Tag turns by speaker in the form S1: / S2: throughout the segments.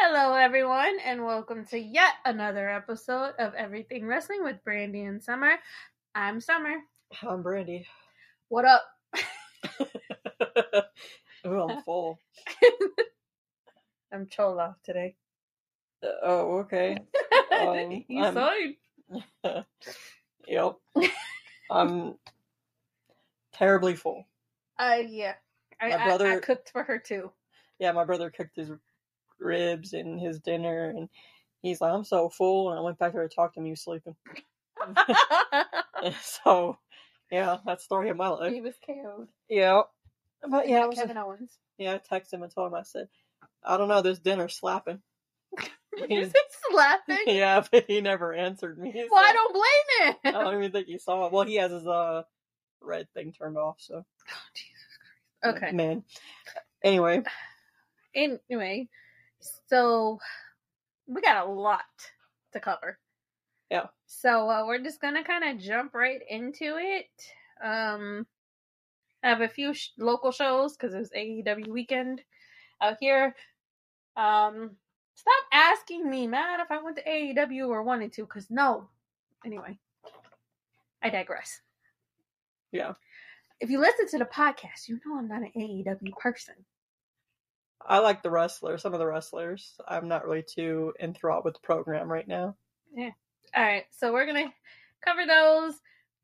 S1: everyone, and welcome to yet another episode of Everything Wrestling with Brandy and Summer. I'm Summer.
S2: I'm Brandy.
S1: What up?
S2: Oh,
S1: Uh,
S2: I'm full.
S1: I'm Chola today.
S2: Uh, Oh, okay. Um,
S1: you
S2: I'm-
S1: sound
S2: Yep. I'm terribly full.
S1: Uh, yeah. I,
S2: My
S1: I- I,
S2: brother-
S1: cooked for her too.
S2: Yeah, my brother cooked his ribs and his dinner, and he's like, I'm so full. And I went back there to talk to him, he was sleeping. so, yeah, that's the story of my life.
S1: he was KO'd.
S2: Yeah. But yeah,
S1: Yeah,
S2: I was
S1: Kevin Owens.
S2: yeah, I texted him and told him, I said, I don't know, this dinner's slapping.
S1: Is it laughing?
S2: yeah, but he never answered me. so-
S1: Well, I don't blame him.
S2: I don't even think he saw it. Well, he has his uh red thing turned off, so
S1: okay.
S2: man. Anyway,
S1: Anyway, so we got a lot to cover.
S2: Yeah.
S1: So uh, we're just gonna kind of jump right into it. Um, I have a few sh- local shows because it was AEW weekend out here. Um, stop asking me, Matt, if I went to AEW or wanted to, because no. Anyway, I digress.
S2: Yeah.
S1: If you listen to the podcast, you know I'm not an AEW person.
S2: I like the wrestlers. Some of the wrestlers. I'm not really too enthralled with the program right now.
S1: All right, so we're gonna cover those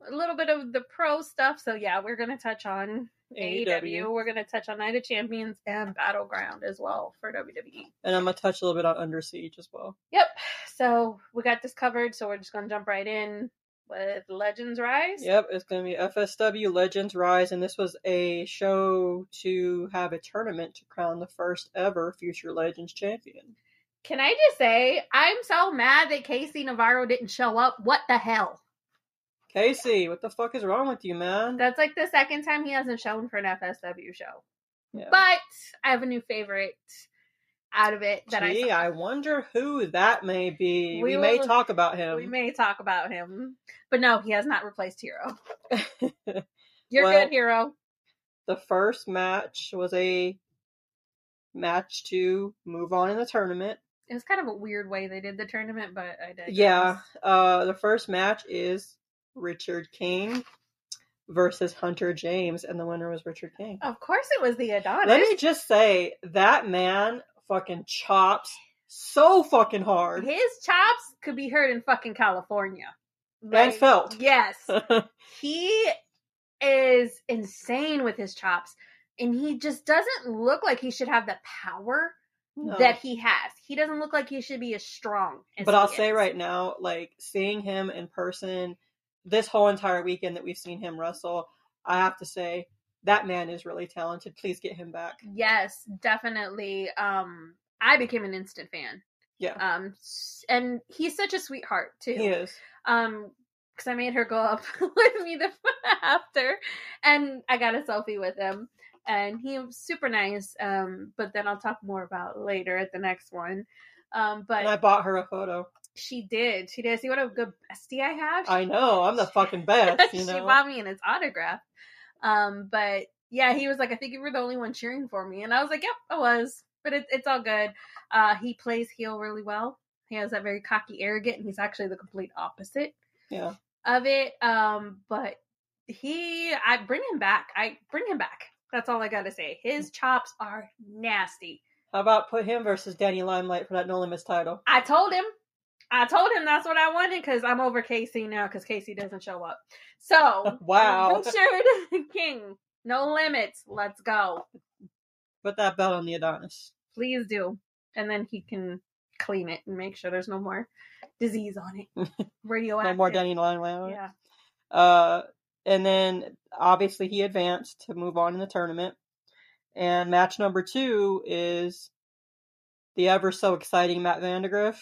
S1: a little bit of the pro stuff. So yeah, we're gonna touch on
S2: E
S1: AEW. We're gonna touch on Night of Champions and Battleground as well for E. WWE.
S2: and I'm gonna touch a little bit on Under Siege as well.
S1: Yep. So we got this covered. So we're just gonna jump right in with Legends Rise.
S2: Yep, it's gonna be FSW Legends Rise, and this was a show to have a tournament to crown the first ever future Legends champion.
S1: Can I just say I'm so mad that Casey Navarro didn't show up? What the hell?
S2: Casey, what the fuck is wrong with you, man?
S1: That's like the second time he hasn't shown for an FSW show.
S2: Yeah.
S1: But I have a new favorite out of it that I
S2: Gee, I wonder who that may be.
S1: We
S2: We, may
S1: will-
S2: talk about him.
S1: We may talk about him, but no, he has not replaced Hero. You're
S2: Well-
S1: good, Hero.
S2: the first match was a match to move on in the tournament.
S1: It was kind of a weird way they did the tournament, but I did.
S2: Yeah, uh, the first match is Richard King versus Hunter James, and the winner was Richard King.
S1: Of course, it was the Adonis.
S2: Let me just say that man fucking chops so fucking hard
S1: His chops could be heard in fucking California.
S2: and
S1: Like,
S2: felt.
S1: Yes, he is insane with his chops, and he just doesn't look like he should have the power
S2: No.
S1: that he has. He doesn't look like he should be as strong. As
S2: But
S1: he
S2: I'll say
S1: is.
S2: right now, like seeing him in person this whole entire weekend that we've seen him wrestle, I have to say that man is really talented. Please get him back.
S1: Yes, definitely. Um, I became an instant fan.
S2: Yeah.
S1: Um, s- and he's such a sweetheart too.
S2: He is.
S1: Um, because I made her go up with me the after, and I got a selfie with him, and he was super nice. Um, but then I'll talk more about later at the next one. Um, but
S2: And I bought her a photo.
S1: she did. She did. See what a good bestie I have.
S2: I know, I'm the fucking best, you
S1: she
S2: know.
S1: bought me in his autograph. Um, but yeah, he was like, I think you were the only one cheering for me, and I was like, Yep, I was. But it, it's all good. Uh, he plays heel really well. He has that very cocky, arrogant, and he's actually the complete opposite
S2: Yeah.
S1: of it. Um, but he, I bring him back. I bring him back. That's all I gotta say.
S2: Mm.
S1: His chops are nasty.
S2: How about put him versus Danny Limelight for that No Limits title?
S1: I told him. I told him that's what I wanted because I'm over Casey now because Casey doesn't show up. So
S2: Wow.
S1: Richard King, no limits. Let's go.
S2: Put that belt on the Adonis.
S1: Please do, and then he can clean it and make sure there's no more disease on it. Radioactive.
S2: No more Danny Limelight.
S1: Yeah.
S2: Uh, and then obviously he advanced to move on in the tournament. And match number two is the ever so exciting Matt Vandegrift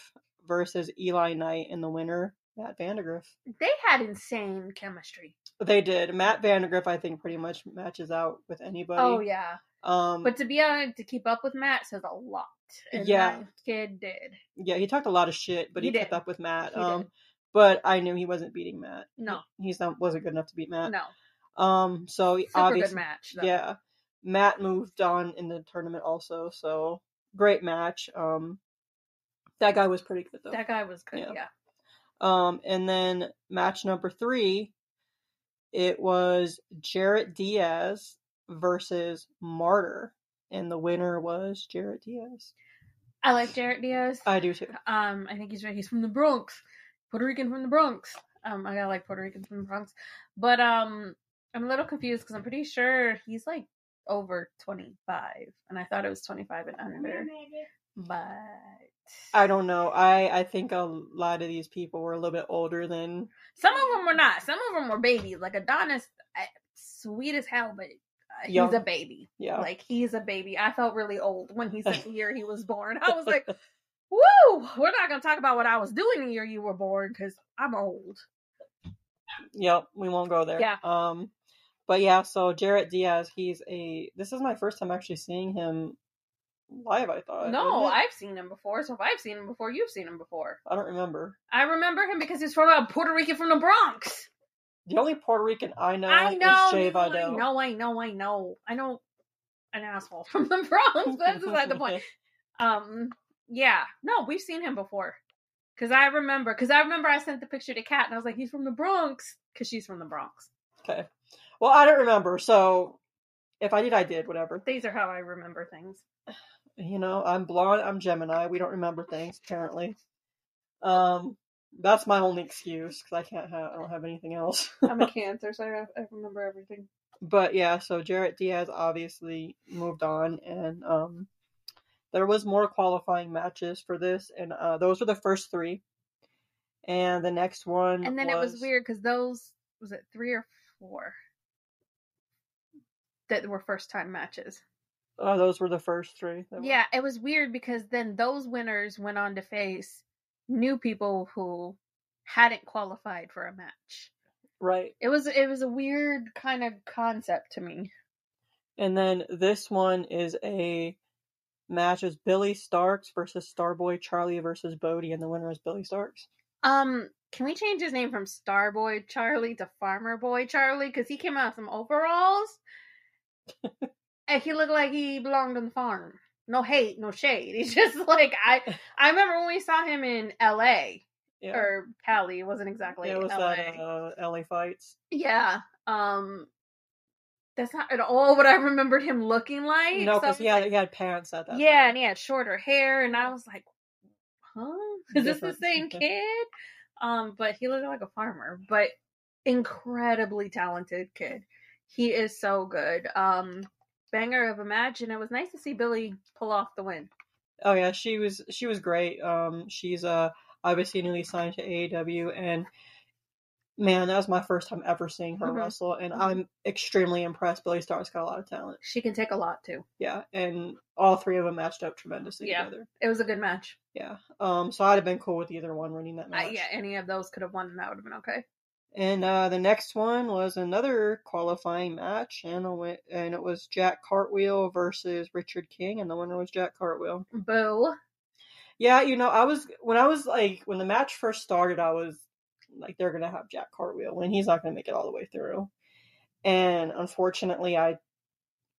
S2: versus Eli Knight and the winner, Matt Vandegrift.
S1: They had insane chemistry.
S2: They did. Matt Vandegrift, I think, pretty much matches out with anybody.
S1: Oh yeah,
S2: Um,
S1: but to be honest, to keep up with Matt says a lot. And
S2: Yeah.
S1: that kid did.
S2: yeah, he talked a lot of shit, but
S1: He
S2: he,
S1: did.
S2: kept up with Matt.
S1: He
S2: um,
S1: did.
S2: but I knew he wasn't beating Matt.
S1: No,
S2: He's not wasn't good enough to beat Matt.
S1: no,
S2: Um, so
S1: super good
S2: obviously,
S1: match. Though.
S2: yeah, Matt moved on in the tournament also. So great match. Um, That guy was pretty good though.
S1: That guy was good.
S2: Yeah.
S1: Yeah.
S2: Um, and then match number three, it was Jarrett Diaz versus Martyr, and the winner was Jarrett Diaz.
S1: I like Jarrett Diaz.
S2: I do too.
S1: Um, I think he's right. He's from the Bronx, Puerto Rican from the Bronx. Um, I gotta like Puerto Rican from the Bronx, but um, I'm a little confused because I'm pretty sure he's like over 25, and I thought it was 25 and under, but
S2: I don't know. I I think a lot of these people were a little bit older than.
S1: some of them were not. Some of them were babies. Like Adonis, I, sweet as hell, but uh, he's
S2: Young. Oh.
S1: a baby.
S2: Yeah,
S1: Like he's a baby. I felt really old when he said the year he was born. I was like, "Woo! We're not gonna talk about what I was doing the year you were born because I'm old."
S2: yep. We won't go there.
S1: Yeah.
S2: Um, but yeah. So Jarrett Diaz, he's a. This is my first time actually seeing him live. I thought.
S1: No,
S2: isn't it?
S1: I've seen him before. So if I've seen him before, you've seen him before.
S2: I don't remember.
S1: I remember him because he's from a Puerto Rican from the Bronx.
S2: The only Puerto Rican I know,
S1: I know,
S2: is Jay
S1: no, I
S2: Vidal.
S1: know, I know, I know, I know, an asshole from the Bronx. That's beside the point. Um, yeah, no, we've seen him before. Cause I remember, cause I remember I sent the picture to Kat, and I was like, "He's from the Bronx," cause she's from the Bronx.
S2: Okay. Well, I don't remember. So if I did, I did. Whatever.
S1: These are how I remember things.
S2: You know, I'm blonde. I'm Gemini. We don't remember things apparently. Um, that's my only excuse because I can't have. I don't have anything else.
S1: I'm a Cancer, so I, I remember everything.
S2: but yeah, so Jarrett Diaz obviously moved on, and um, there was more qualifying matches for this, and uh, those were the first three. And the next one,
S1: And then it was weird because those was it three or four that were first time matches.
S2: Oh, those were the first three. that were-
S1: Yeah, it was weird because then those winners went on to face new people who hadn't qualified for a match.
S2: right.
S1: It was it was a weird kind of concept to me.
S2: And then this one is a match is Billy Starks versus Starboy Charlie versus Bodie, and the winner is Billy Starks.
S1: Um, can we change his name from Starboy Charlie to Farmer Boy Charlie? Because he came out with some overalls, and he looked like he belonged on the farm. No hate, no shade. He's just like I. I remember when we saw him in L.A.
S2: Yeah,
S1: or Cali. It wasn't exactly
S2: it was
S1: L.A.
S2: that uh, LA fights.
S1: yeah. Um, that's not at all what I remembered him looking like.
S2: No,
S1: so
S2: because
S1: it's
S2: he had
S1: like-
S2: he had pants at that.
S1: yeah, and
S2: time.
S1: he had shorter hair, and I was like, "Huh? Is this the
S2: Different.
S1: same kid?" Um, but he looked like a farmer, but incredibly talented kid. He is so good. Um, banger of a match, and it was nice to see Billy pull off the win.
S2: Oh yeah, she was she was great. Um, she's uh obviously newly signed to AEW, and man, that was my first time ever seeing her
S1: Mhm.
S2: wrestle, and I'm extremely impressed. Billy Starks got a lot of talent.
S1: She can take a lot too.
S2: Yeah, and all three of them matched up tremendously
S1: Yeah.
S2: together.
S1: It was a good match.
S2: Yeah. Um. So I'd have been cool with either one winning that match.
S1: I, yeah, any of those could have won, and that would have been okay.
S2: And uh, the next one was another qualifying match, and it, went, and it was Jack Cartwheel versus Richard King, and the winner was Jack Cartwheel.
S1: Boo.
S2: Yeah, you know, I was when I was like when the match first started, I was like, they're gonna have Jack Cartwheel, and he's not gonna make it all the way through. And unfortunately, I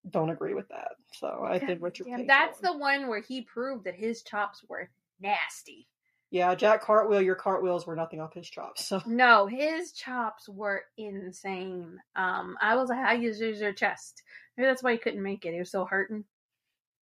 S2: don't agree with that. So I think Richard.
S1: Yeah,
S2: King should
S1: that's
S2: win.
S1: the one where he proved that his chops were nasty.
S2: yeah Jack Cartwheel. Your cartwheels were nothing off his chops. So
S1: No, his chops were insane. Um, I was like, "How you use your chest?" Maybe that's why he couldn't make it. He was so hurting.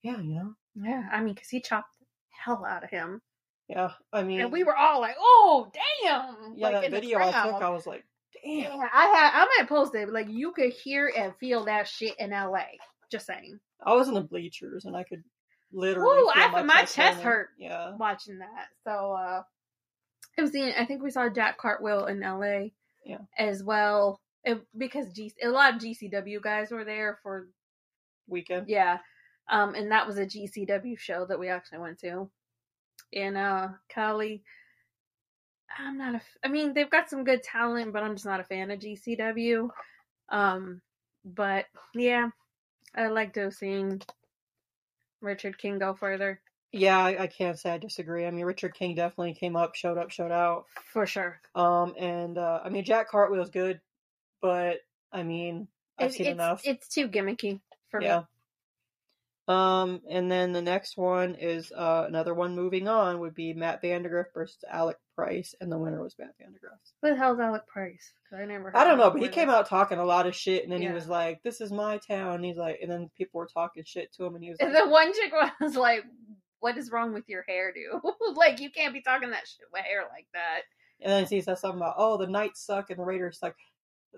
S2: yeah, you know,
S1: Yeah, I mean, because he chopped the hell out of him,
S2: yeah. I mean,
S1: and we were all like, "Oh, damn!"
S2: yeah,
S1: like,
S2: that
S1: in the
S2: video I took,
S1: crowd.
S2: I was like, damn.
S1: Yeah, I had. I might post it. but, Like, you could hear and feel that shit in L.A. Just saying,
S2: I was in the bleachers and I could literally.
S1: Ooh,
S2: feel
S1: I- my chest
S2: burning.
S1: hurt.
S2: Yeah,
S1: watching that. So, uh, it was the. I think we saw Jack Cartwheel in L.A.
S2: Yeah.
S1: as well. It, because G, a lot of GCW guys were there for
S2: weekend.
S1: Yeah. Um, and that was a GCW show that we actually went to. And uh Cali I'm not a f- I mean, they've got some good talent, but I'm just not a fan of GCW. Um but yeah, I liked to have seen Richard King go further.
S2: Yeah, I, I can't say I disagree. I mean, Richard King definitely came up, showed up, showed out.
S1: For sure.
S2: Um, and uh, I mean, Jack Cartwheel's good, but I mean, I've
S1: It-
S2: seen
S1: it's
S2: enough.
S1: it's too gimmicky for me.
S2: yeah. Um, and then the next one is uh, another one moving on would be Matt Vandergriff versus Alec Price, and the winner was Matt Vandergriff.
S1: Who the hell's Alec Price? 'Cause I never.
S2: I
S1: heard
S2: don't know,
S1: of
S2: but he
S1: him.
S2: came out talking a lot of shit, and then
S1: Oh, Yeah.
S2: he was like, "This is my town." And he's like, and then people were talking shit to him, and he was
S1: And
S2: like,
S1: the one chick was like, "What is wrong with your hairdo? like you can't be talking that shit with hair like that."
S2: and then he says something about, "Oh, the Knights suck and the Raiders suck."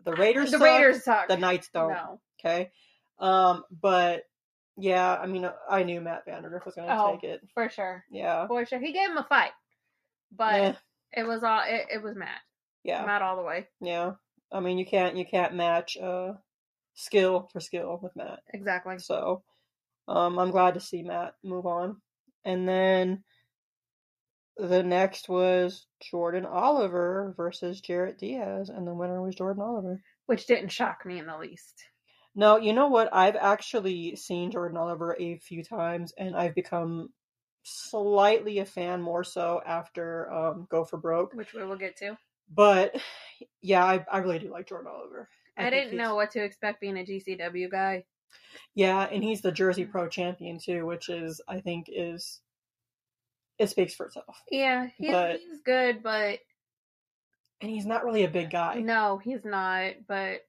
S2: The Raiders,
S1: the
S2: suck,
S1: Raiders talk.
S2: the Knights don't.
S1: No.
S2: Okay, um, but yeah, I mean, I knew Matt Vandergriff was going to
S1: Oh.
S2: take it.
S1: For sure.
S2: Yeah,
S1: For sure. He gave him a fight. But
S2: Eh,
S1: it was all it, it was Matt.
S2: yeah,
S1: Matt all the way.
S2: yeah. I mean, you can't you can't match uh skill for skill with Matt.
S1: Exactly.
S2: So um, I'm glad to see Matt move on. And then the next was Jordan Oliver versus Jarrett Diaz, and the winner was Jordan Oliver.
S1: Which didn't shock me in the least.
S2: No, you know what? I've actually seen Jordan Oliver a few times, and I've become slightly a fan more so after um, Go for Broke.
S1: Which we will get to.
S2: But yeah, I, I really do like Jordan Oliver.
S1: I,
S2: think
S1: didn't
S2: he's-
S1: know what to expect being a GCW guy.
S2: Yeah, and he's the Jersey
S1: Mm.
S2: Pro Champion too, which is I think is it speaks for itself.
S1: Yeah, he's,
S2: But-
S1: he's good, but
S2: And he's not really a big guy.
S1: no, he's not. But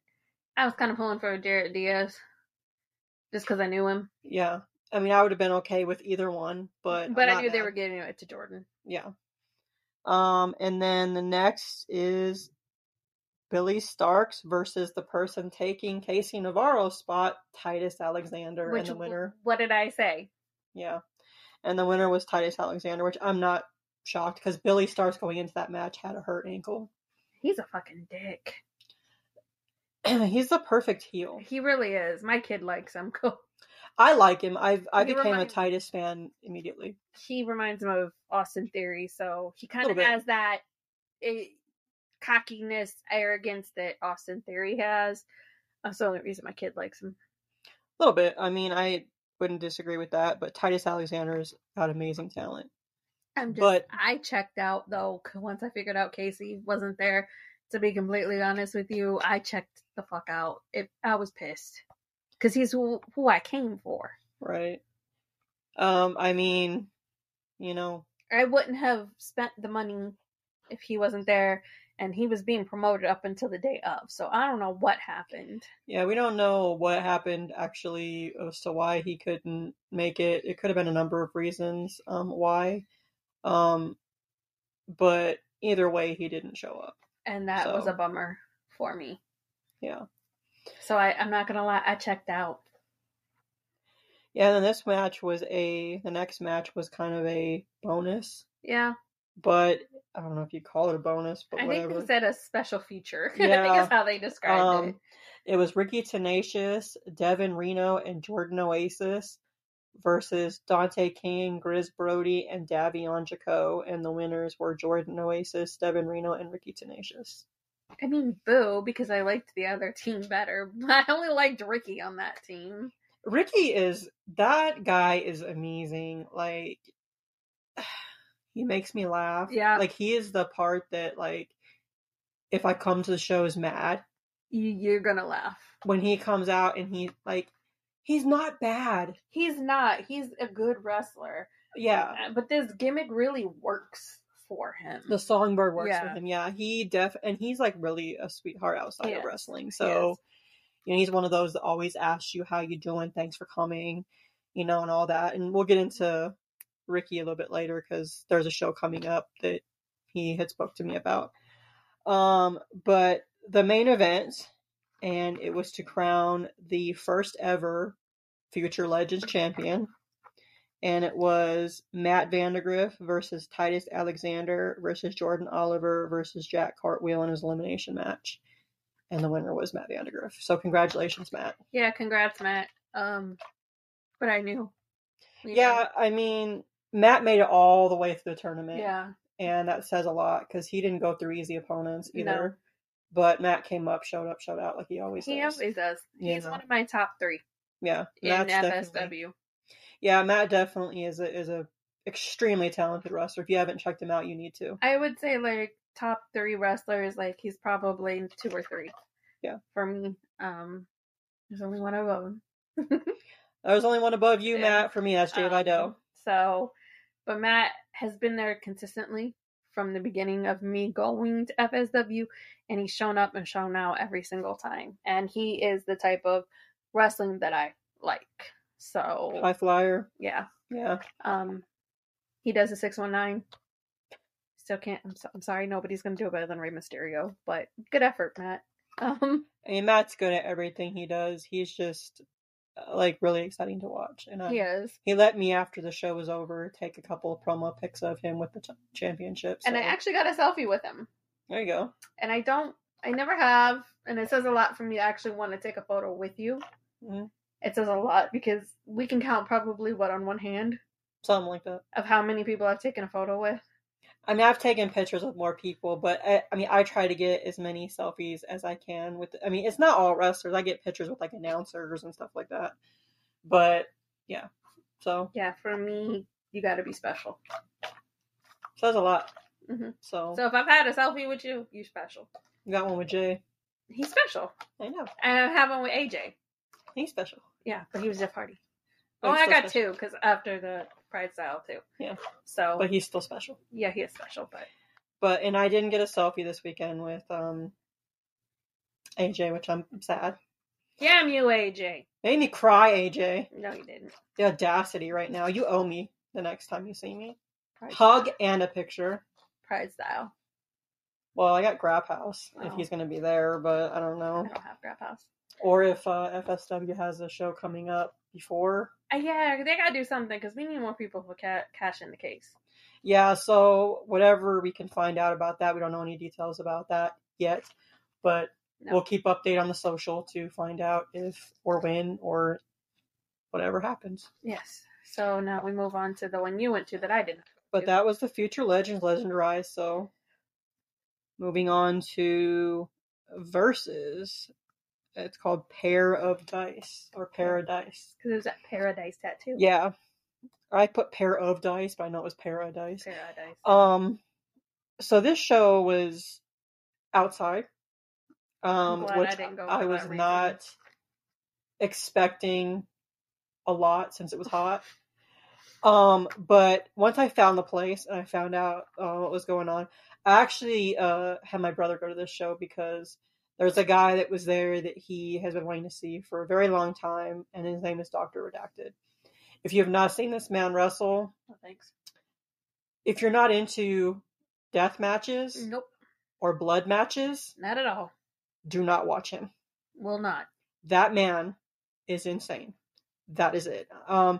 S1: I was kind of pulling for Jared Diaz just because I knew him.
S2: Yeah. I mean, I would have been okay with either one, but I'm
S1: But I
S2: not
S1: knew they
S2: mad.
S1: were giving it to Jordan.
S2: Yeah. Um, and then the next is Billy Starks versus the person taking Casey Navarro's spot, Titus Alexander,
S1: Which
S2: and the winner.
S1: What did I say?
S2: Yeah. And the winner was Titus Alexander, which I'm not shocked because Billy Starks going into that match had a hurt ankle.
S1: He's a fucking dick.
S2: He's the perfect heel.
S1: He really is. My kid likes him. Cool.
S2: I like him. I I
S1: He
S2: became a
S1: reminds-
S2: Titus fan immediately.
S1: He reminds him of Austin Theory, so he kind of
S2: Little bit.
S1: has that eh, cockiness, arrogance that Austin Theory has. That's the only reason my kid likes him.
S2: A little bit. I mean, I wouldn't disagree with that, but Titus Alexander's got amazing talent.
S1: I'm just,
S2: But-
S1: I checked out though 'cause once I figured out Casey wasn't there. To be completely honest with you, I checked the fuck out. It, I was pissed because he's who, who I came for.
S2: Right. Um, I mean, you know,
S1: I wouldn't have spent the money if he wasn't there, and he was being promoted up until the day of. So I don't know what happened.
S2: yeah, we don't know what happened actually as to why he couldn't make it. It could have been a number of reasons um why. Um but either way he didn't show up.
S1: and that was
S2: So-
S1: a bummer for me.
S2: Yeah.
S1: So I, I'm not gonna lie, I checked out.
S2: Yeah, and then this match was a the next match was kind of a bonus,
S1: Yeah,
S2: but I don't know if you call it a bonus, but
S1: I
S2: whatever.
S1: think they said a special feature. I think
S2: Yeah.
S1: is how they described it.
S2: Um, it was Ricky Tenacious, Devin Reno, and Jordan Oasis versus Dante King, Grizz Brody, and Davion Jaco. And the winners were Jordan Oasis, Devin Reno, and Ricky Tenacious.
S1: I mean, boo, because I liked the other team better. I only liked Ricky on that team.
S2: Ricky is that guy is amazing. Like he makes me laugh.
S1: Yeah.
S2: Like he is the part that like if I come to the shows mad,
S1: You, you're gonna laugh.
S2: when he comes out and he like he's not bad.
S1: He's not. He's a good wrestler,
S2: Yeah.
S1: Uh, but this gimmick really works for him.
S2: The songbird works
S1: Yeah.
S2: with him. Yeah, he def and he's like really a sweetheart outside
S1: He
S2: of
S1: is.
S2: wrestling.
S1: He
S2: So
S1: is.
S2: you know, he's one of those that always asks you how you doing, thanks for coming, you know, and all that. And we'll get into Ricky a little bit later because there's a show coming up that he had spoke to me about. Um, but the main event, and it was to crown the first ever future legends champion. And it was Matt Vandergriff versus Titus Alexander versus Jordan Oliver versus Jack Cartwheel in his elimination match. And the winner was Matt Vandergriff. So congratulations, Matt.
S1: yeah, congrats, Matt. Um, but I knew. You know?
S2: Yeah, I mean, Matt made it all the way through the tournament.
S1: yeah.
S2: And that says a lot because he didn't go through easy opponents
S1: No.
S2: either. But Matt came up, showed up, showed out like he always
S1: He
S2: does.
S1: always does.
S2: You
S1: He's
S2: know.
S1: one of my top three
S2: yeah.
S1: in
S2: Matt's
S1: FSW.
S2: definitely- Yeah, Matt definitely is a is a extremely talented wrestler. If you haven't checked him out, you need to.
S1: I would say like top three wrestlers. Like he's probably two or three.
S2: Yeah.
S1: For me, um, there's only one of them.
S2: There was only one above you,
S1: Yeah.
S2: Matt. For me, that's Jay
S1: Um,
S2: Vidal.
S1: So, but Matt has been there consistently from the beginning of me going to FSW, and he's shown up and shown out every single time. And he is the type of wrestling that I like. So,
S2: High flyer.
S1: yeah.
S2: Yeah.
S1: Um, he does a 619. Still can't, I'm, so, I'm sorry, nobody's going to do it better than Rey Mysterio, but good effort, Matt. Um,
S2: I mean, Matt's good at everything he does. He's just uh, like really exciting to watch. And I,
S1: he is.
S2: he let me after the show was over take a couple of promo pics of him with the ch- championship.
S1: And I
S2: so-
S1: actually got a selfie with him.
S2: there you go.
S1: and I don't, I never have, and it says a lot for me to actually want to take a photo with you.
S2: Mhm.
S1: It says a lot because we can count probably what on one hand
S2: Something like that.
S1: of how many people I've taken a photo with.
S2: I mean, I've taken pictures with more people, but I, I mean, I try to get as many selfies as I can with. I mean, it's not all wrestlers. I get pictures with like announcers and stuff like that. But yeah, so
S1: Yeah, for me, you got to be special.
S2: says a lot.
S1: Mhm.
S2: So,
S1: So if I've had a selfie with you, you're special.
S2: you got one with Jay.
S1: He's special,
S2: I know
S1: and I have one with AJ.
S2: he's special.
S1: Yeah, but he was Jeff Hardy.
S2: But
S1: Oh,
S2: he's
S1: I
S2: still
S1: got
S2: special.
S1: two because after the Pride Style too.
S2: Yeah.
S1: So
S2: but he's still special.
S1: yeah, he is special, but
S2: But and I didn't get a selfie this weekend with um AJ, which I'm sad.
S1: damn you, AJ.
S2: Made me cry, AJ.
S1: No, you didn't.
S2: The audacity right now. You owe me the next time you see me.
S1: Pride,
S2: Hug and a picture.
S1: Pride Style.
S2: Well, I got Grab House if
S1: Oh.
S2: he's going to be there, but I don't
S1: I
S2: know.
S1: don't have Grab House.
S2: Or if uh, FSW has a show coming up before.
S1: Uh, yeah, they gotta do something because we need more people for ca- cash in the case.
S2: Yeah, so whatever we can find out about that, we don't know any details about that yet, but
S1: No.
S2: we'll keep update on the social to find out if or when or whatever happens.
S1: Yes. So now we move on to the one you went to that I didn't.
S2: But that was the future legends legendarized. So moving on to verses, it's called pair of dice or paradise.
S1: Because it was that Paradise tattoo.
S2: Yeah, I put pair of dice, but I know it was paradise.
S1: Paradise.
S2: Um, so this show was outside,
S1: I'm
S2: um,
S1: glad
S2: which
S1: I didn't go
S2: I
S1: for
S2: was
S1: that reason.
S2: not expecting a lot since it was hot. Um, but once I found the place and I found out uh, what was going on, I actually uh, had my brother go to this show because there's a guy that was there that he has been wanting to see for a very long time, and his name is Doctor Redacted. If you have not seen this man wrestle,
S1: No, Oh, thanks.
S2: if you're not into death matches
S1: Nope.
S2: or blood matches,
S1: Not at all.
S2: do not watch him.
S1: Will not.
S2: That man is insane. That is it. Um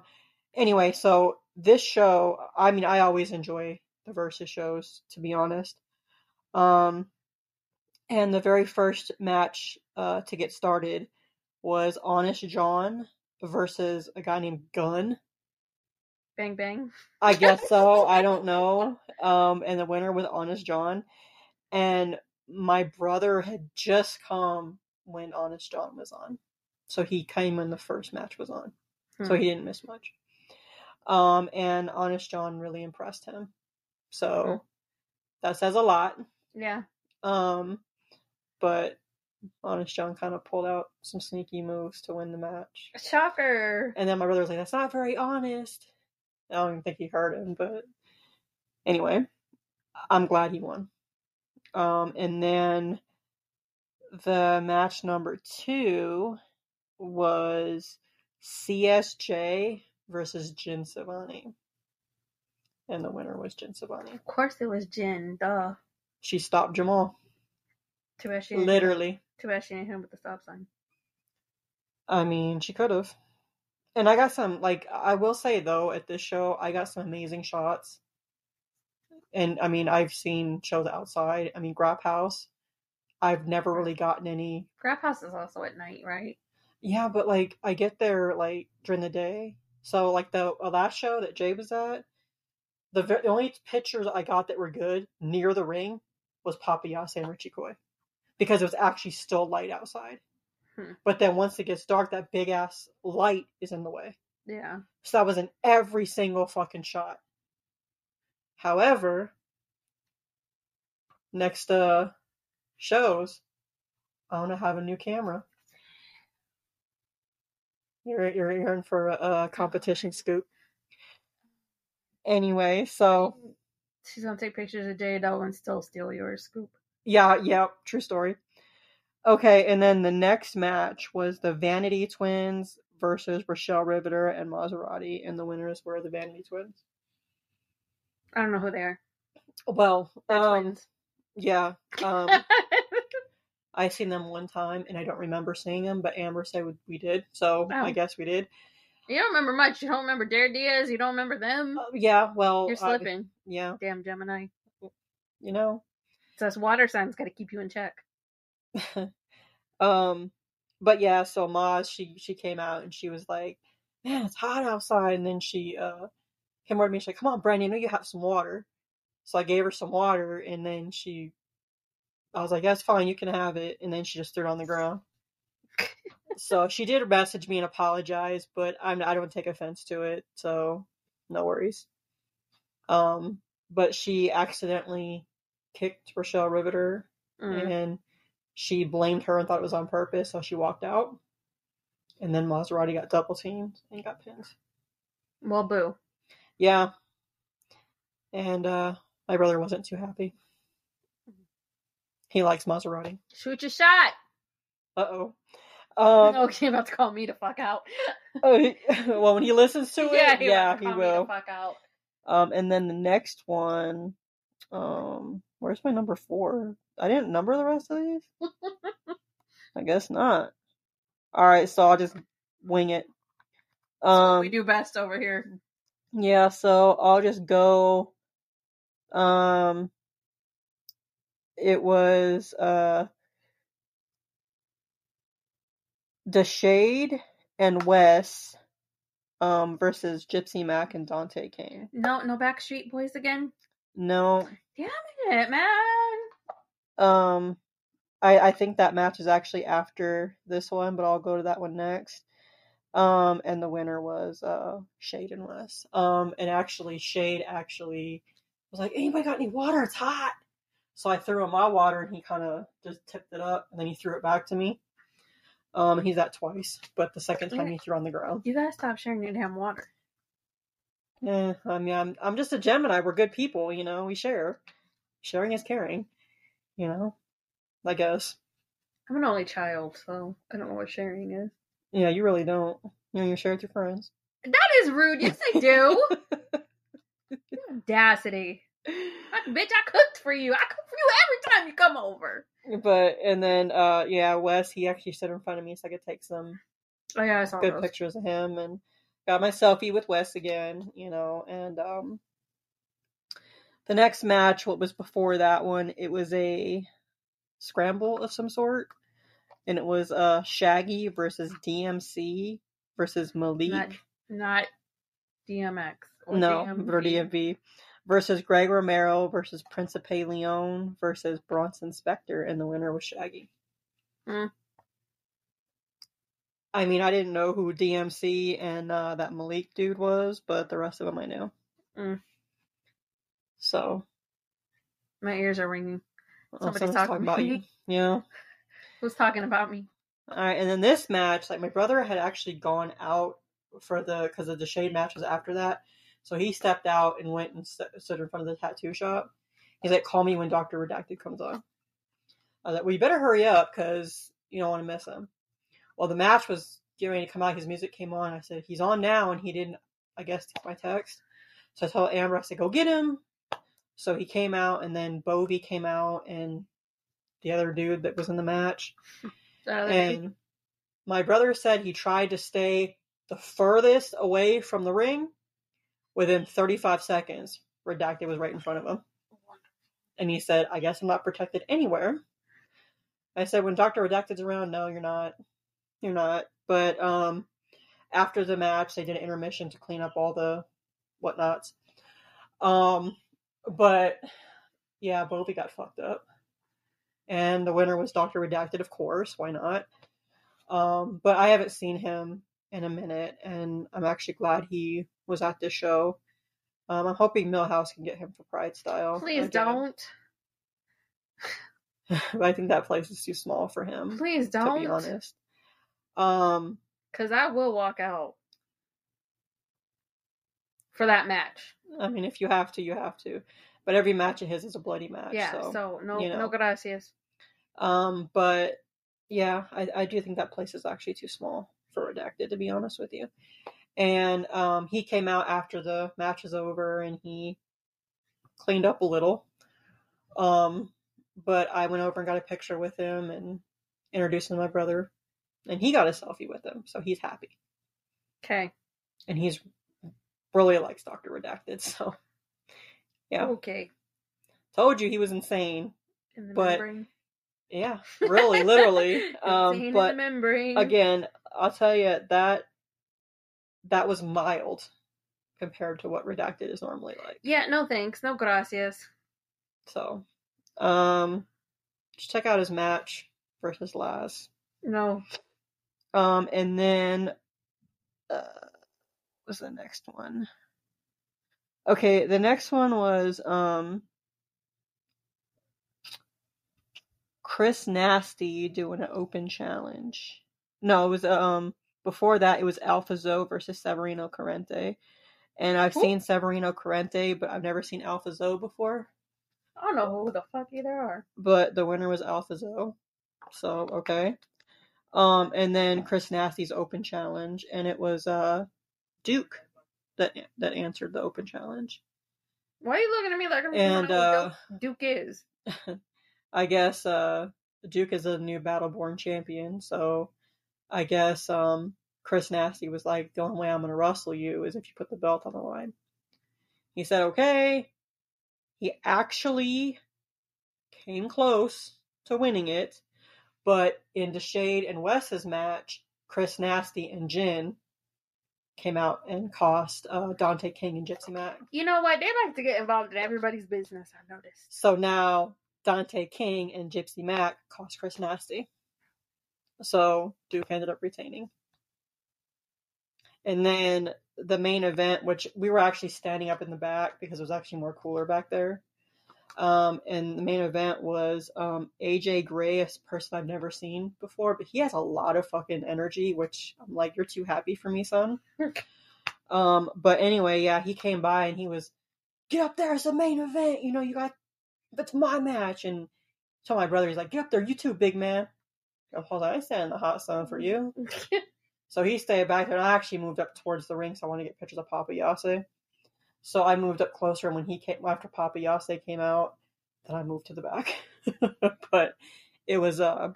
S2: anyway, so this show, I mean I always enjoy the versus shows to be honest. Um and the very first match uh to get started was Honest John versus a guy named Gunn.
S1: Bang bang.
S2: I guess so. I don't know. Um, and the winner was Honest John. And my brother had just come when Honest John was on. So he came when the first match was on. So
S1: Hmm.
S2: he didn't miss much. Um, and Honest John really impressed him. So that says a lot.
S1: Yeah.
S2: Um, but Honest John kind of pulled out some sneaky moves to win the match.
S1: Shocker.
S2: And then my brother was like, "That's not very honest." I don't even think he heard him, but anyway, I'm glad he won. Um, and then the match number two was CSJ versus Jin Savani, and the winner was Jin Savani.
S1: Of course it was Jen. Duh.
S2: She stopped Jamal
S1: Too bad she didn't.
S2: literally.
S1: Too bad she didn't hit him with the stop sign.
S2: I mean, she could have. And I got some like I will say though at this show I got some amazing shots. And I mean I've seen shows outside. I mean Grab House. I've never really gotten any.
S1: Grab House is also at night, right?
S2: Yeah, but like I get there like during the day. So like the uh, last show that Jay was at, the, ver- the only pictures I got that were good near the ring was Papayase and Richie Coy because it was actually still light outside.
S1: Hmm.
S2: But then once it gets dark, that big ass light is in the way.
S1: Yeah.
S2: So that was in every single fucking shot. However, next uh shows, I want to have a new camera. You're you're you're in for a, a competition scoop. Anyway, so
S1: She's gonna take pictures of Jade though and still steal your scoop.
S2: Yeah, yeah, true story. Okay, and then the next match was the Vanity Twins versus Rochelle Riveter and Maserati, and the winners were the Vanity Twins.
S1: I don't know who they are.
S2: Well,
S1: They're
S2: um,
S1: twins.
S2: yeah, um, I seen them one time, and I don't remember seeing them, but Amber said we- we did, so
S1: Oh.
S2: I guess we did.
S1: you don't remember much. You don't remember Dare Diaz. You don't remember them.
S2: Uh, yeah, well,
S1: You're
S2: I-
S1: slipping.
S2: yeah,
S1: Oh, Damn Gemini.
S2: you know,
S1: It's us water signs got to keep you in check.
S2: um, but yeah, so Maz, she she came out and she was like, "Man, it's hot outside," and then she uh came over to me. She's like, "Come on, Brian, you know you have some water." So I gave her some water, and then she, I was like, "That's fine, you can have it," and then she just threw it on the ground. so she did message me and apologize, but I'm I don't take offense to it, so no worries. Um, but she accidentally kicked Rochelle Riveter
S1: Mm.
S2: and she blamed her and thought it was on purpose, so she walked out. And then Maserati got double teamed and got pinned.
S1: Well, boo.
S2: Yeah. And uh my brother wasn't too happy.
S1: Mm-hmm.
S2: He likes Maserati.
S1: Shoot your shot.
S2: Uh oh. Um
S1: no, he about to call me to fuck out.
S2: well when he listens to it, yeah, he,
S1: about to call Me
S2: will.
S1: to fuck out.
S2: Um and then the next one um where's my number four? I didn't number the rest of these? I guess not. Alright, so I'll just wing it. Um
S1: we do best over here.
S2: Yeah, so I'll just go. Um, it was uh, Deshade and Wes, um, versus Gypsy Mac and Dante Kane.
S1: No, no Backstreet Boys again.
S2: No,
S1: Shit, man.
S2: um, I I think that match is actually after this one, but I'll go to that one next. Um, and the winner was uh Shade and Wes. Um, and actually Shade actually was like, anybody got any water? It's hot. So I threw him my water, and he kind of just tipped it up, and then he threw it back to me. Um, he's at twice, but the second time he threw on the ground.
S1: You gotta stop sharing your damn water.
S2: Yeah, I mean, I'm I'm just a Gemini. We're good people, you know. We share. Sharing is caring, you know. I guess.
S1: I'm an only child, so I don't know what sharing is.
S2: Yeah, you really don't. You know, you share with your friends.
S1: That is rude. Yes, I do. Audacity. I- bitch, I cooked for you. I cook for you every time you come over.
S2: But and then uh yeah, Wes he actually stood in front of me so I could take some
S1: Oh, yeah, I saw
S2: good
S1: those.
S2: pictures of him and got my selfie with Wes again, you know, and um the next match, what was before that one, it was a scramble of some sort. And it was uh Shaggy versus DMC versus Malik.
S1: Not, not DMX. or
S2: no,
S1: DMV.
S2: for DMV. Versus Greg Romero versus Principe Leone versus Bronson Spector, and the winner was Shaggy.
S1: Mm.
S2: I mean, I didn't know who DMC and uh, that Malik dude was, but the rest of them I knew.
S1: Mm.
S2: So uh,
S1: My ears are ringing.
S2: well,
S1: Somebody's
S2: someone's
S1: talking
S2: talking
S1: to
S2: about you.
S1: me.
S2: Yeah.
S1: Who's talking about me?
S2: All right, and then this match, like my brother had actually gone out for the because the shade match was after that, so he stepped out and went and st- stood in front of the tattoo shop. He's like, "Call me when Doctor Redacted comes on." I was like, "Well, you better hurry up because you don't want to miss him." Well, the match was getting ready to come out. His music came on. I said, "He's on now," and he didn't. I guess take my text. So I told Amber, I said, "Go get him." So he came out, and then Bovie came out, and the other dude that was in the match.
S1: Uh,
S2: And my brother said he tried to stay the furthest away from the ring within 35 seconds. Redacted was right in front of him. And he said, I guess I'm not protected anywhere. I said, when Dr. Redacted's around, no, you're not. You're not. But um, after the match, they did an intermission to clean up all the whatnots. Um, but yeah, Bobby got fucked up. And the winner was Dr. Redacted, of course. Why not? Um, but I haven't seen him in a minute, and I'm actually glad he was at this show. Um, I'm hoping Millhouse can get him for Pride Style.
S1: please
S2: again.
S1: don't.
S2: But I think that place is too small for him.
S1: Please
S2: To be
S1: don't.
S2: honest, um,
S1: Because I will walk out for that match.
S2: I mean, if you have to, you have to. But every match of his is a bloody match.
S1: yeah,
S2: So,
S1: so, no,
S2: you know.
S1: no gracias.
S2: um, but yeah, I, I do think that place is actually too small for Redacted, to be honest with you. And um, he came out after the match is over and he cleaned up a little. Um, but I went over and got a picture with him and introduced him to my brother, and he got a selfie with him, so he's happy.
S1: Okay.
S2: and he's really likes Doctor Redacted. So Yeah.
S1: Okay.
S2: told you he was insane.
S1: In the
S2: But-
S1: membrane.
S2: Yeah, really, literally.
S1: Insane
S2: Um,
S1: in the
S2: but
S1: membrane.
S2: again, I'll tell you that that was mild compared to what Redacted is normally like.
S1: Yeah, no thanks. No gracias.
S2: So, um, just check out his match versus Laz.
S1: No.
S2: Um, and then uh, was the next one? Okay, the next one was um Chris Nasty doing an open challenge. No, it was um before that it was Alpha Zoe versus Severino Corrente. And I've
S1: Who?
S2: seen Severino Corrente, but I've never seen Alpha Zoe before.
S1: I don't know who the fuck either are.
S2: But the winner was Alpha Zoe. So okay. Um and then Chris Nasty's open challenge and it was uh Duke that that answered the open challenge.
S1: Why are you looking at me like I'm
S2: And uh
S1: Duke is?
S2: I guess uh Duke is a new Battleborn champion, so I guess um Chris Nasty was like, The only way I'm gonna wrestle you is if you put the belt on the line. He said, Okay. He actually came close to winning it, but in DeShade and Wes's match, Chris Nasty and Jin came out and cost uh, Dante King and Gypsy Mac.
S1: You know what? They like to get involved in everybody's business, I've noticed.
S2: So now Dante King and Gypsy Mac cost Chris Nasty. So Duke ended up retaining. And then the main event, which we were actually standing up in the back because it was actually more cooler back there. Um, and the main event was um, AJ Gray, a person I've never seen before, but he has a lot of fucking energy, which I'm like, you're too happy for me, son. um, but anyway, yeah, he came by and he was, get up there, it's the main event, you know, you got that's my match. And so my brother, he's like, get up there, you too, big man. I was like, I ain't standing in the hot sun for you. So he stayed back there, and I actually moved up towards the ring, so I want to get pictures of Papa Yase. So I moved up closer, and when he came after Papa Yase came out, then I moved to the back. but it was uh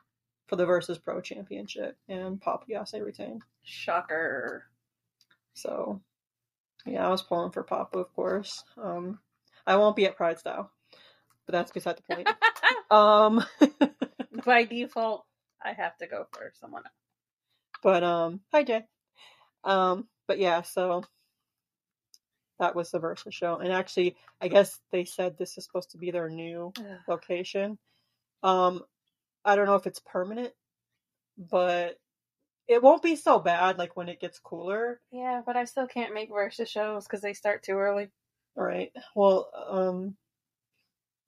S2: for the versus pro championship, and Papa Yase retained.
S1: Shocker.
S2: So yeah, I was pulling for Papa, of course. Um, I won't be at Pride Style, but that's beside the point. um.
S1: By default, I have to go for someone else.
S2: But um, hi Jay. Um, but yeah, so that was the Versa show, and actually, I guess they said this is supposed to be their new location. Um, I don't know if it's permanent, but it won't be so bad like when it gets cooler,
S1: Yeah, but I still can't make versus shows because they start too early.
S2: All right? Well, um,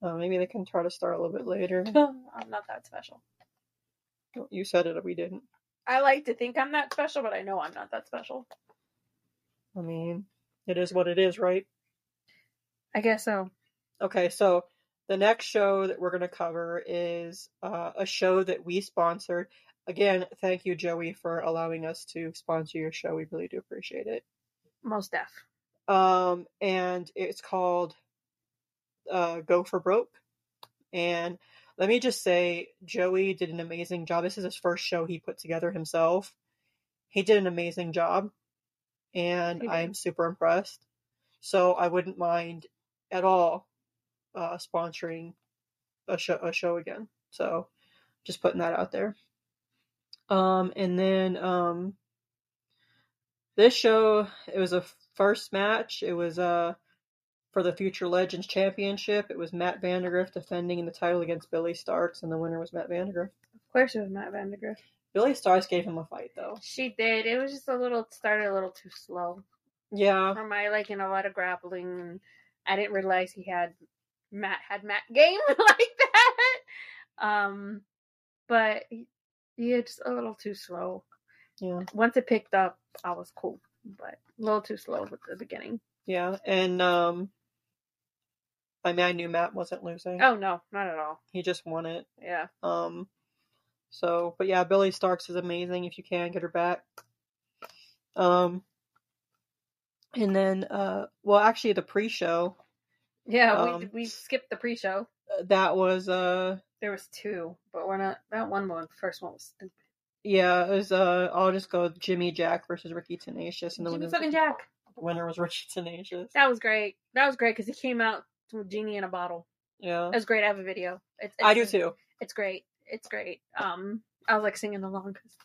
S2: uh, maybe they can try to start a little bit later.
S1: I'm not that special.
S2: You said it, we didn't.
S1: I like to think I'm that special, but I know I'm not that special.
S2: I mean, it is what it is, right?
S1: I guess so.
S2: Okay, so the next show that we're going to cover is uh, a show that we sponsored. Again, thank you, Joey, for allowing us to sponsor your show. We really do appreciate it.
S1: Most deaf.
S2: Um, and it's called uh, Go for Broke. And let me just say, Joey did an amazing job. This is his first show he put together himself. He did an amazing job, and
S1: He did.
S2: I'm super impressed. So I wouldn't mind at all uh, sponsoring a show, a show again. So just putting that out there. Um, and then um, this show, it was a first match. It was uh, for the Future Legends Championship. It was Matt Vandergriff defending the title against Billy Starks, and the winner was Matt Vandergriff.
S1: Of course it was Matt Vandergriff.
S2: Billy Starks gave him a fight, though.
S1: She did. It was just a little, started a little too slow.
S2: Yeah,
S1: From my liking, a lot of grappling. And I didn't realize he had Matt had Matt game like that. Um, but he- yeah, just a little too slow.
S2: Yeah.
S1: Once it picked up, I was cool, but a little too slow at the beginning.
S2: Yeah. And um I mean I knew Matt wasn't losing.
S1: Oh no, not at all.
S2: He just won it.
S1: Yeah.
S2: Um so but yeah, Billy Starks is amazing if you can get her back. Um and then uh well actually the pre show
S1: Yeah, we
S2: Um,
S1: we skipped the pre-show.
S2: that was uh
S1: There was two, but we're not that one one first one was stupid.
S2: yeah, it was uh I'll just go with Jimmy Jack versus Ricky Tenacious and the
S1: Jimmy
S2: winner,
S1: fucking Jack.
S2: winner was Ricky Tenacious.
S1: That was great. That was great because he came out with genie in a bottle.
S2: Yeah.
S1: That was great. I have a video. It's, it's
S2: I do too.
S1: It's great. It's great. Um, I was like singing along. 'cause-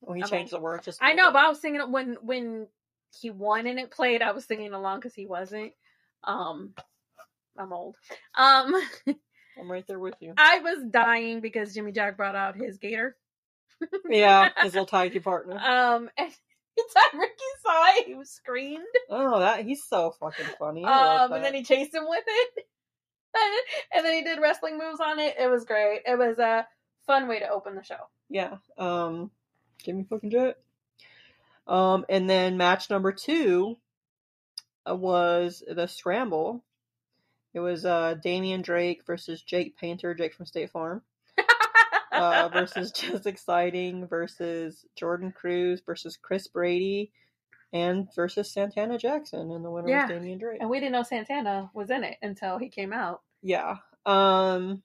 S2: We
S1: I'm
S2: changed the word just a
S1: I know,
S2: little
S1: but I was singing it when when he won and it played. I was singing along because he wasn't. Um, I'm old. Um,
S2: bit. I'm right there with you.
S1: I was dying because Jimmy Jack brought out his gator.
S2: yeah, his little tiny partner.
S1: Um, and time Ricky saw it, he was screamed.
S2: Oh, that he's so fucking funny. I love
S1: Um, and then
S2: that.
S1: he chased him with it. and then he did wrestling moves on it. It was great. It was a fun way to open the show.
S2: yeah. Um, give me fucking jet. Um, and then match number two uh, was the scramble. It was uh Damian Drake versus Jake Painter, Jake from State Farm, uh, versus Just Exciting versus Jordan Cruz versus Chris Brady, and versus Santana Jackson, and the winner
S1: Yeah.
S2: was Damian Drake.
S1: and we didn't know Santana was in it until he came out.
S2: Yeah. Um,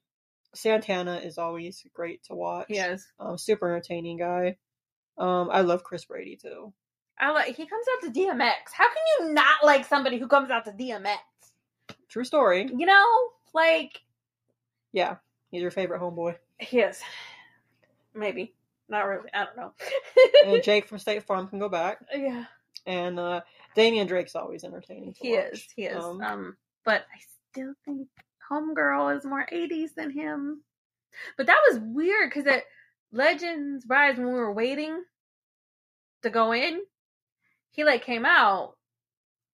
S2: Santana is always great to watch.
S1: He is.
S2: um, super entertaining guy. Um, I love Chris Brady too.
S1: I like he comes out to DMX. How can you not like somebody who comes out to DMX?
S2: True story.
S1: You know, like
S2: Yeah, he's your favorite homeboy.
S1: he is. Maybe not really. I don't know.
S2: And Jake from State Farm can go back.
S1: yeah,
S2: And uh, Damian Drake's always entertaining. To
S1: he
S2: watch.
S1: is. He is.
S2: Um,
S1: Um, but I still think Homegirl is more '80s than him. But that was weird because at Legends Rise, when we were waiting to go in, he like came out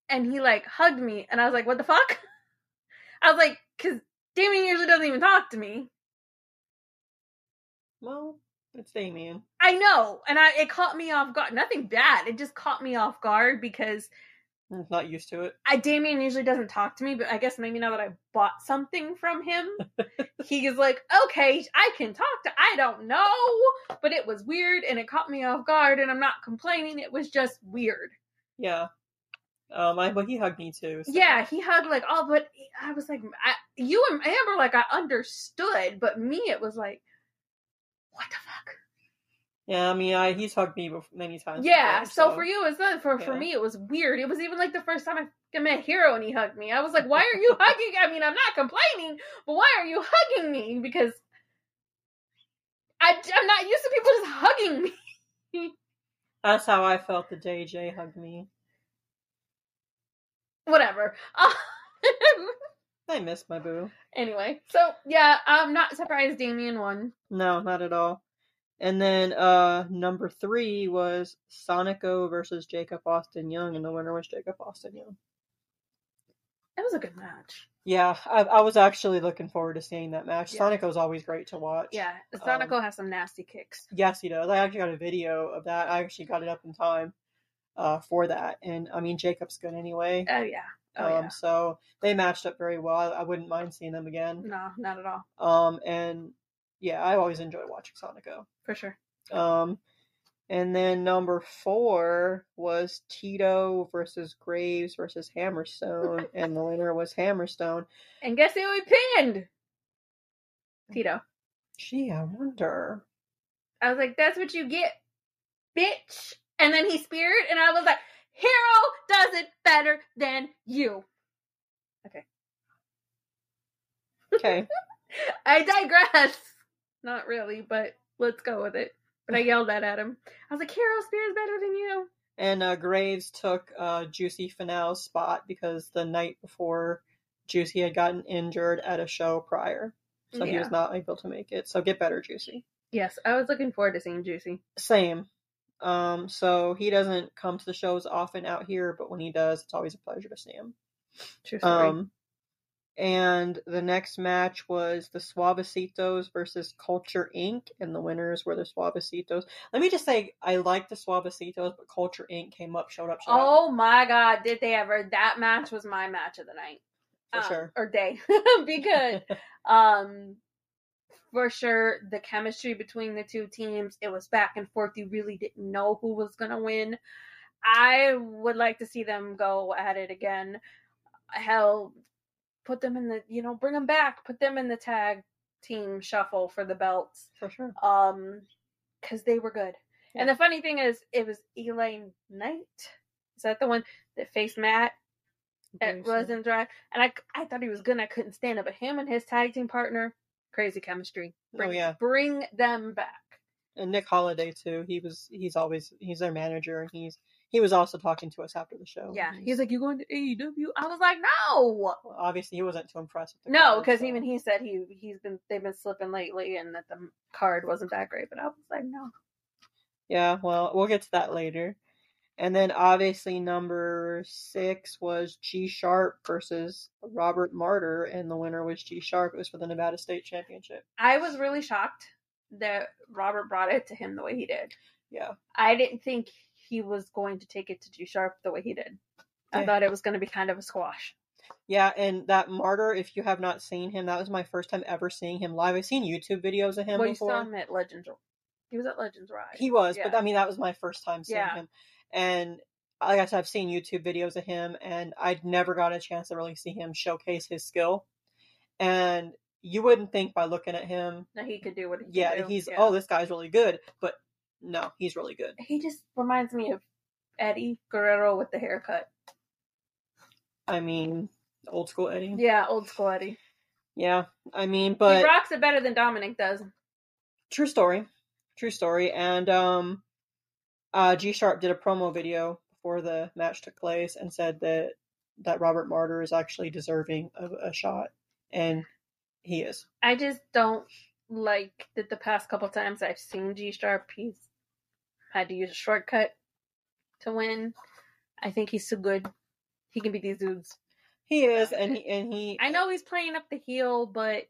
S1: and he like hugged me, and I was like, "What the fuck?" I was like, "Cause Damien usually doesn't even talk to me."
S2: well, it's Damian.
S1: I know, and I it caught me off guard. Nothing bad. It just caught me off guard because
S2: I'm not used to it.
S1: I Damien usually doesn't talk to me, but I guess maybe now that I bought something from him, he is like, okay, I can talk to. I don't know, but it was weird, and it caught me off guard, and I'm not complaining. It was just weird.
S2: Yeah. Um, I but he hugged me too. so-
S1: Yeah, he hugged like, oh, but I was like, I, you and Amber, like I understood, but me, it was like, what the fuck.
S2: Yeah. I mean, I he's hugged me bef- many times.
S1: Yeah.
S2: before,
S1: So for you, it's not for for
S2: yeah.
S1: me. It was weird. It was even like the first time I fucking met Hero and he hugged me. I was like, "Why are you hugging?" I mean, I'm not complaining, but why are you hugging me? Because I, I'm not used to people just hugging me.
S2: that's how I felt the day Jay hugged me.
S1: Whatever. Um,
S2: I miss my boo.
S1: anyway, so yeah, I'm not surprised Damien won.
S2: No, not at all. And then uh number three was Sonico versus Jacob Austin Young, and the winner was Jacob Austin Young.
S1: It was a good match.
S2: Yeah, I, I was actually looking forward to seeing that match.
S1: Yeah.
S2: Sonico's always great to watch.
S1: Yeah,
S2: Um,
S1: Sonico has some nasty kicks.
S2: Yes, he does. I actually got a video of that. I actually got it up in time uh for that. And I mean Jacob's good anyway.
S1: Oh yeah. Oh
S2: um so they matched up very well. I, I wouldn't mind seeing them
S1: yeah.
S2: again.
S1: No, not at all.
S2: Um and yeah, I always enjoy watching Sonico.
S1: For sure.
S2: Um, and then number four was Tito versus Graves versus Hammerstone, and the winner was Hammerstone.
S1: And guess who he pinned? Tito.
S2: Gee, I wonder.
S1: I was like, that's what you get, bitch. And then he speared, and I was like, Hero does it better than you.
S2: Okay,
S1: I digress. Not really, but let's go with it. But I yelled that at him. I was like, Hero spears better than you.
S2: and uh, Graves took uh, Juicy Finale's spot because the night before Juicy had gotten injured at a show prior, so he
S1: Yeah.
S2: was not able to make it. So get better, Juicy.
S1: Yes, I was looking forward to seeing Juicy.
S2: Same. Um, so he doesn't come to the shows often out here, but when he does, it's always a pleasure to see him.
S1: True story.
S2: Um, And the next match was the Suavecitos versus Culture Inc. And the winners were the Suavecitos. Let me just say, I like the Suavecitos, but Culture Inc. came up, showed up, showed up.
S1: Oh my god, did they ever? That match was my match of the night.
S2: For
S1: Um,
S2: sure.
S1: Or day. because um for sure the chemistry between the two teams, it was back and forth. You really didn't know who was gonna win. I would like to see them go at it again. Hell, put them in the you know, bring them back, put them in the tag team shuffle for the belts
S2: For sure.
S1: um because they were good and the funny thing is it was elaine knight is that the one that faced matt at Resin Drive? And I, I thought he was good. And I couldn't stand it, but him and his tag team partner, crazy chemistry. Bring,
S2: Oh yeah,
S1: bring them back.
S2: and Nick Holiday too. He was he's always he's their manager, and he's he was also talking to us after the show.
S1: yeah, he's like, you going to AEW? I was like, no,
S2: Well, obviously he wasn't too impressed. With the
S1: no,
S2: crowd,
S1: because
S2: so-
S1: even he said he he's been they've been slipping lately, and that the card wasn't that great. But I was like, no,
S2: Yeah, well, we'll get to that later. And then obviously number six was G Sharp versus Robert Martyr, and the winner was G Sharp. It was for the Nevada State Championship.
S1: I was really shocked that Robert brought it to him the way he did.
S2: Yeah,
S1: I didn't think he was going to take it to G Sharp the way he did. I
S2: Yeah.
S1: thought it was going to be kind of a squash.
S2: yeah, and that Martyr. If you have not seen him, that was my first time ever seeing him live. I've seen YouTube videos of him
S1: well, you
S2: before.
S1: saw him at Legends. He was at Legends Ride.
S2: He was, but
S1: Yeah.
S2: I mean that was my first time seeing
S1: Yeah.
S2: him. And like I said, I've seen YouTube videos of him, and I'd never got a chance to really see him showcase his skill. And you wouldn't think by looking at him,
S1: Now he could do what he could
S2: yeah,
S1: do.
S2: he's oh this guy's really good, but no, he's really good.
S1: He just reminds me of Eddie Guerrero with the haircut.
S2: I mean, old school Eddie. Yeah,
S1: Yeah, old school Eddie.
S2: I mean,
S1: he
S2: Mm. but
S1: rocks it better than Dominic does.
S2: true story, true story. And um, uh, G Sharp did a promo video before the match took place and said that that Robert Martyr is actually deserving of a shot, and he is.
S1: I just don't like that the past couple times I've seen G Sharp, he's had to use a shortcut to win. I think he's so good. He can beat these dudes.
S2: He is, and he and he.
S1: I know he's playing up the heel, but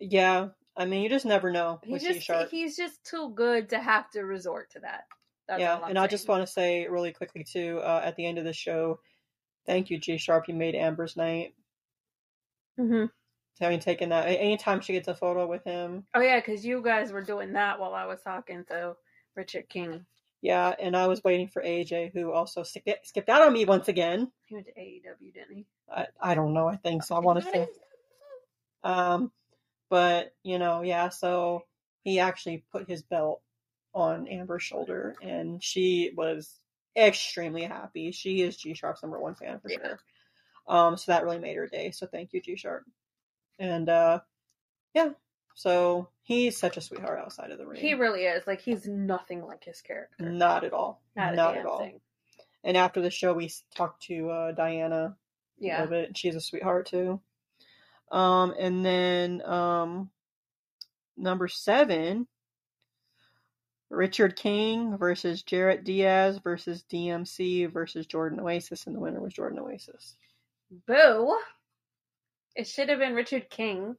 S2: Yeah, I mean, you just never know
S1: he
S2: with
S1: just
S2: G Sharp.
S1: he's just too good to have to resort to that. That's
S2: Yeah,
S1: all I'm
S2: and I just
S1: saying.
S2: want to say really quickly too. Uh, at the end of the show, thank you, G Sharp. You made Amber's night.
S1: Mhm.
S2: Having taken that, anytime she gets a photo with him,
S1: Oh yeah, because you guys were doing that while I was talking to Richard King.
S2: yeah. And I was waiting for AJ, who also skipped skipped out on me once again.
S1: He went to AEW, didn't he?
S2: I, I don't know. I think so. I want to say, um, but you know, yeah. So he actually put his belt on Amber's shoulder, and she was extremely happy. She is G Sharp's number one fan for
S1: Yeah.
S2: sure. Um, so that really made her day. So thank you, G Sharp. And uh, yeah. So he's such a sweetheart outside of the ring.
S1: He really is. Like he's nothing like his character.
S2: Not at all.
S1: Not,
S2: Not,
S1: a
S2: at
S1: damn
S2: all.
S1: thing.
S2: And after the show, we s- talked to uh, Diana a
S1: Yeah.
S2: little bit. She's a sweetheart too. Um, and then um, number seven, Richard King versus Jarrett Diaz versus DMC versus Jordan Oasis, and the winner was Jordan Oasis.
S1: Boo. It should have been Richard King.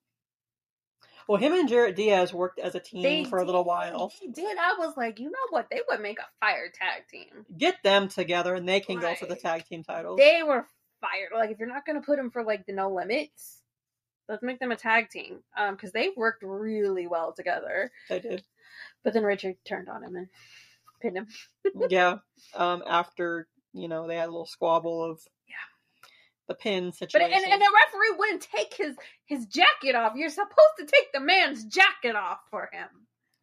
S2: Well, him and Jarrett Diaz worked as a team
S1: They
S2: Mm, for a little while.
S1: They did. I was like, you know what? They would make a fire tag team.
S2: Get them together, and they can go for the
S1: Right.
S2: tag team titles.
S1: They were fired. Like if you're not gonna put them for like the no limits, let's make them a tag team. Um, because they worked really well together.
S2: They did.
S1: But then Richard turned on him and pinned him.
S2: yeah. Um, after you know they had a little squabble of
S1: Yeah.
S2: the pin
S1: But
S2: situation.
S1: and, and the referee wouldn't take his his jacket off. You're supposed to take the man's jacket off for him.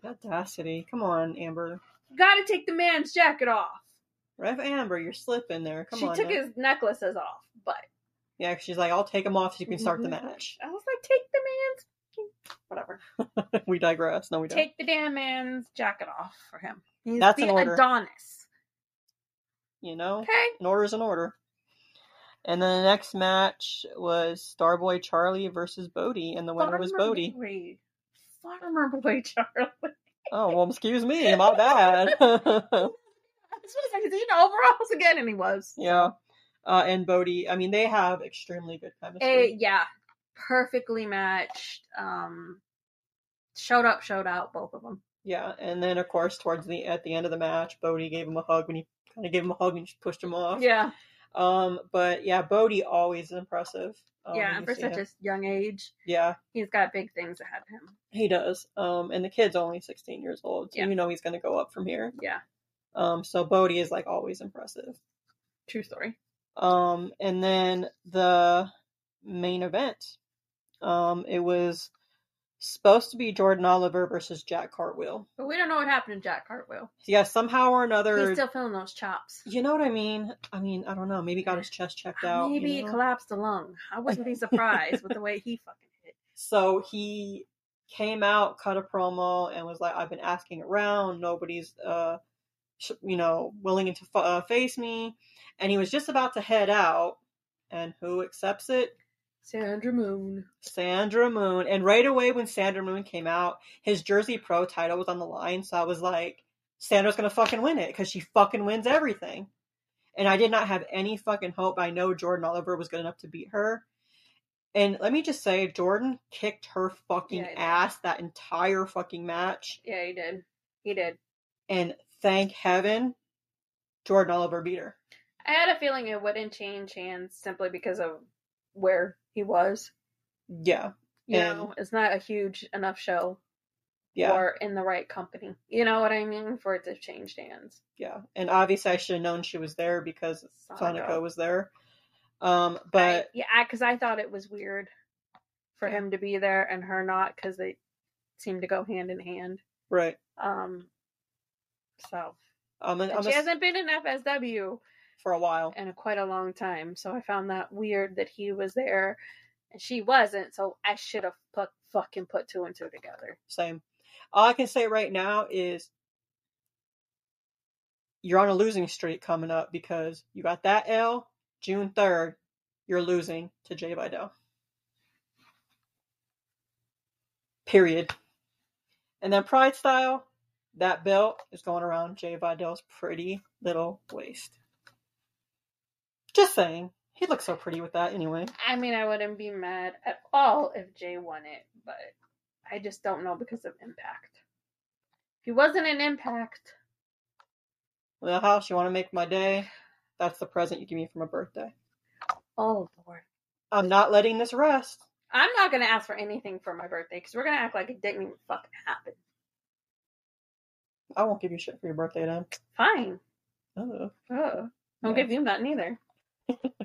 S2: Audacity! Come on, Amber.
S1: You gotta take the man's jacket off.
S2: Rev Amber, you're slipping there. Come
S1: she
S2: on.
S1: took
S2: now.
S1: his necklaces off, but
S2: Yeah, she's like, I'll take him off so you can start the
S1: Mm-hmm.
S2: match.
S1: I was like, take the man's whatever.
S2: we digress. No, we don't.
S1: Take the damn man's jacket off for him. He's
S2: That's
S1: the
S2: an order.
S1: Adonis.
S2: you know,
S1: Okay.
S2: an order is an order. And then the next match was Starboy Charlie versus Bodie, and the winner was
S1: Farmer
S2: Bodie.
S1: Boy. Farmer boy Charlie.
S2: Oh well, excuse me, my bad.
S1: I was like, is he in overalls again? And he was.
S2: yeah. uh, and Bodhi. I mean, they have extremely good
S1: Eh,
S2: chemistry.
S1: yeah, perfectly matched. Um, showed up, showed out, both of them.
S2: yeah, and then of course towards the at the end of the match, Bodhi gave him a hug when he kind of gave him a hug and she pushed him off.
S1: Yeah,
S2: Um, but yeah, Bodhi always is impressive. Um,
S1: yeah.
S2: when
S1: And for
S2: you see
S1: such
S2: him.
S1: a young age,
S2: yeah,
S1: he's got big things ahead of him.
S2: he does. Um, and the kid's only 16 years old, so
S1: Yeah.
S2: you know he's going to go up from here.
S1: Yeah,
S2: Um, so Bodhi is like always impressive.
S1: true story.
S2: Um, and then the main event. Um, it was supposed to be Jordan Oliver versus Jack Cartwheel.
S1: But we don't know what happened to Jack Cartwheel.
S2: Yeah, somehow or another.
S1: He's still feeling those chops.
S2: you know what I mean? I mean, I don't know. Maybe got his chest checked out. you
S1: Maybe he
S2: know?
S1: collapsed a lung. I wouldn't be surprised with the way he fucking hit.
S2: So he came out, cut a promo, and was like, "I've been asking around. Nobody's, uh, sh- you know, willing to f- uh, face me." And he was just about to head out, and who accepts it?
S1: Sandra Moon.
S2: Sandra Moon. And right away, when Sandra Moon came out, his Jersey Pro title was on the line. So I was like, Sandra's gonna fucking win it because she fucking wins everything. And I did not have any fucking hope. I know Jordan Oliver was good enough to beat her. And let me just say, Jordan kicked her fucking
S1: Yeah, he did.
S2: ass that entire fucking match.
S1: Yeah, he did. He did.
S2: And thank heaven, Jordan Oliver beat her.
S1: I had a feeling it wouldn't change hands simply because of where he was.
S2: Yeah,
S1: You
S2: And-
S1: know, it's not a huge enough show
S2: yeah,
S1: or in the right company. You know what I mean? For it to change hands.
S2: yeah. And obviously, I should have known she was there because
S1: Sonic.
S2: Sonica was there. Um, but
S1: yeah, because I thought it was weird for him to be there and her not because they seemed to go hand in hand.
S2: right,
S1: Um, so
S2: um, and
S1: And
S2: I'm
S1: she
S2: a-
S1: hasn't been in FSW
S2: for a while.
S1: in quite a long time, so I found that weird that he was there and she wasn't. So I should have put, fucking put two and two together.
S2: Same. All I can say right now is you're on a losing streak coming up because you got that L June third. You're losing to Jay Vidal. Period. And then Pride Style, that belt is going around Jay Vidal's pretty little waist. Just saying. He looks so pretty with that anyway.
S1: I mean, I wouldn't be mad at all if Jay won it, but I just don't know because of Impact. If he wasn't in Impact,
S2: Well, house, you want to make my day? That's the present you give me for my birthday.
S1: oh lord,
S2: I'm not letting this rest.
S1: I'm not gonna ask for anything for my birthday because we're gonna act like it didn't even fucking happen.
S2: I won't give you shit for your birthday then.
S1: Fine,
S2: Oh,
S1: Ugh. don't
S2: Yeah.
S1: give you nothing either.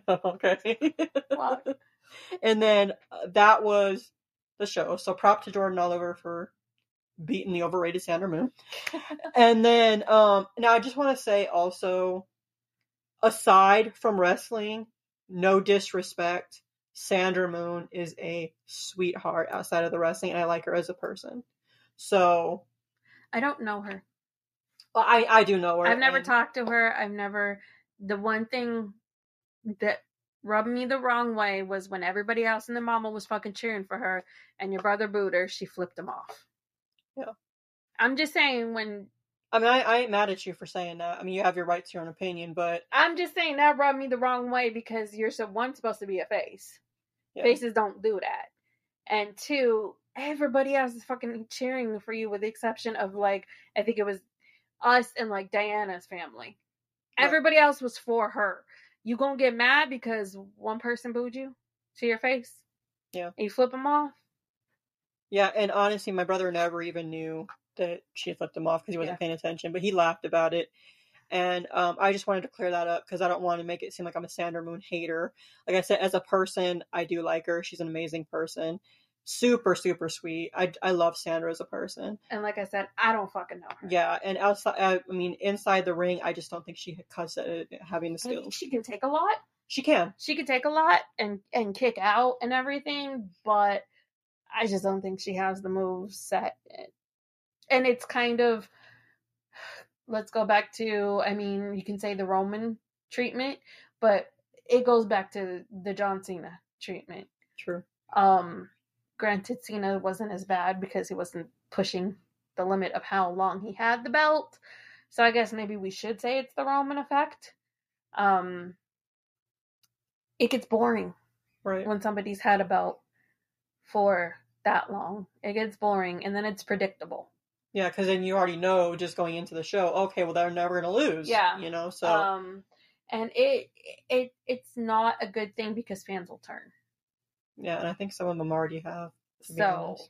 S2: okay.
S1: Fuck.
S2: and then uh, that was the show. So prop to Jordan Oliver for beating the overrated Sandra Moon. and then um now I just want to say also aside from wrestling, no disrespect, Sandra Moon is a sweetheart outside of the wrestling and I like her as a person. So
S1: I don't know her.
S2: well, I I do know her.
S1: I've never
S2: and-
S1: talked to her. I've never. The one thing that rubbed me the wrong way was when everybody else in the mama was fucking cheering for her, and your brother booed her. She flipped him off.
S2: Yeah.
S1: I'm just saying when
S2: I mean I, I ain't mad at you for saying that. I mean you have your right to your own opinion, but
S1: I'm just saying that rubbed me the wrong way because you're so one supposed to be a face.
S2: Yeah.
S1: Faces don't do that. And two, everybody else is fucking cheering for you with the exception of like I think it was us and like Diana's family.
S2: Right.
S1: Everybody else was for her. You gonna get mad because one person booed you to your face?
S2: Yeah.
S1: And you flip them off?
S2: Yeah, and honestly, my brother never even knew that she had flipped him off because he wasn't
S1: Yeah.
S2: paying attention, but he laughed about it. And um, I just wanted to clear that up because I don't want to make it seem like I'm a Sandra Moon hater. Like I said, as a person, I do like her. She's an amazing person, super, super sweet. I, I love Sandra as a person.
S1: And like I said, I don't fucking know her.
S2: Yeah, and outside, I, I mean, inside the ring, I just don't think she cuts at having the
S1: I think
S2: skills.
S1: she can take a lot.
S2: She can.
S1: she could take a lot and and kick out and everything, but I just don't think she has the moves set. And it's kind of let's go back to I mean, you can say the Roman treatment, but it goes back to the John Cena treatment.
S2: True.
S1: Um granted Cena wasn't as bad because he wasn't pushing the limit of how long he had the belt. So I guess maybe we should say it's the Roman effect. Um it gets boring
S2: Right.
S1: when somebody's had a belt for that long. It gets boring and then it's predictable.
S2: Yeah, because then you already know just going into the show. Okay, well they're never gonna lose.
S1: Yeah.
S2: You know. So
S1: Um and it it it's not a good thing because fans will turn.
S2: yeah, and I think some of them already have. to be
S1: So
S2: honest.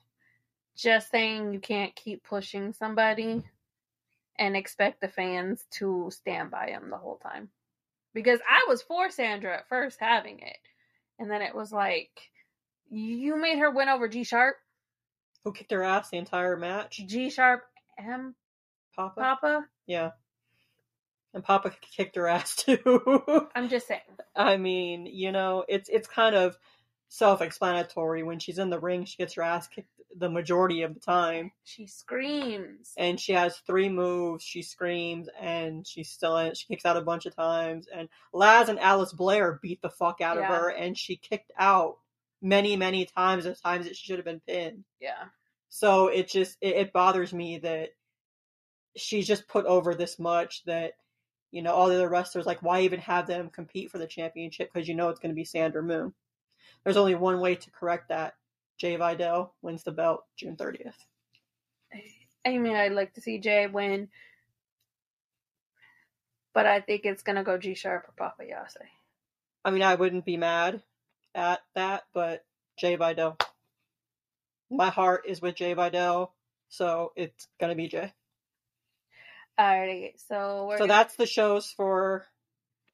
S1: just saying you can't keep pushing somebody and expect the fans to stand by him the whole time. Because I was for Sandra at first having it. And then it was like you made her win over G Sharp,
S2: who kicked her ass the entire match?
S1: G Sharp and
S2: Papa.
S1: Papa.
S2: Yeah. And Papa kicked her ass too.
S1: I'm just saying.
S2: I mean, you know, it's it's kind of self-explanatory. When she's in the ring, she gets her ass kicked the majority of the time,
S1: She screams.
S2: and she has three moves. She screams, and she's still in. She kicks out a bunch of times, and Laz and Alice Blair beat the fuck out of
S1: Yeah.
S2: her, and she kicked out many, many times. The times that she should have been pinned.
S1: yeah.
S2: So it just it, it bothers me that she's just put over this much that you know all the other wrestlers like why even have them compete for the championship because you know it's going to be Sandra Moon. There's only one way to correct that. Jay Vidal wins the belt June 30th.
S1: I mean, I'd like to see Jay win, but I think it's gonna go G Sharp or Papa Yase.
S2: I mean, I wouldn't be mad at that, but Jay Vidal. My heart is with Jay Vidal, so it's going to be Jay.
S1: Alrighty, so we're
S2: so
S1: gonna-
S2: that's the shows for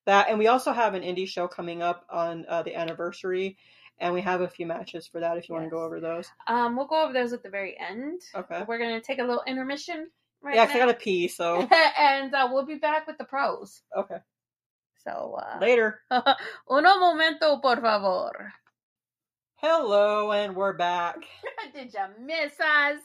S2: that and we also have an indie show coming up on uh, the anniversary and we have a few matches for that if you want to go
S1: Yes.
S2: over those
S1: um we'll go over those at the very end.
S2: okay
S1: We're gonna take a little intermission right
S2: yeah 'cause i
S1: now,
S2: gotta pee so
S1: and uh, we'll be back with the pros.
S2: okay
S1: So uh,
S2: later
S1: uno momento, por favor.
S2: hello and we're back
S1: Did you miss us?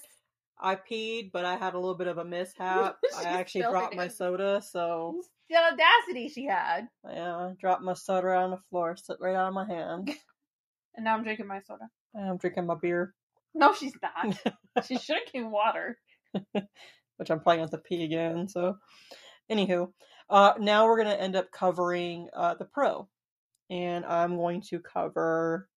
S2: i peed but i had a little bit of a mishap
S1: She
S2: i actually
S1: spilled
S2: dropped
S1: it
S2: my
S1: in.
S2: soda so
S1: The audacity she had,
S2: yeah I dropped my soda on the floor slipped right out of my hand
S1: and now I'm drinking my soda.
S2: i'm drinking my beer
S1: No, she's not. She's drinking water.
S2: which I'm probably going to have to pee again. So, anywho, uh, now we're going to end up covering uh, the pro, and I'm going to cover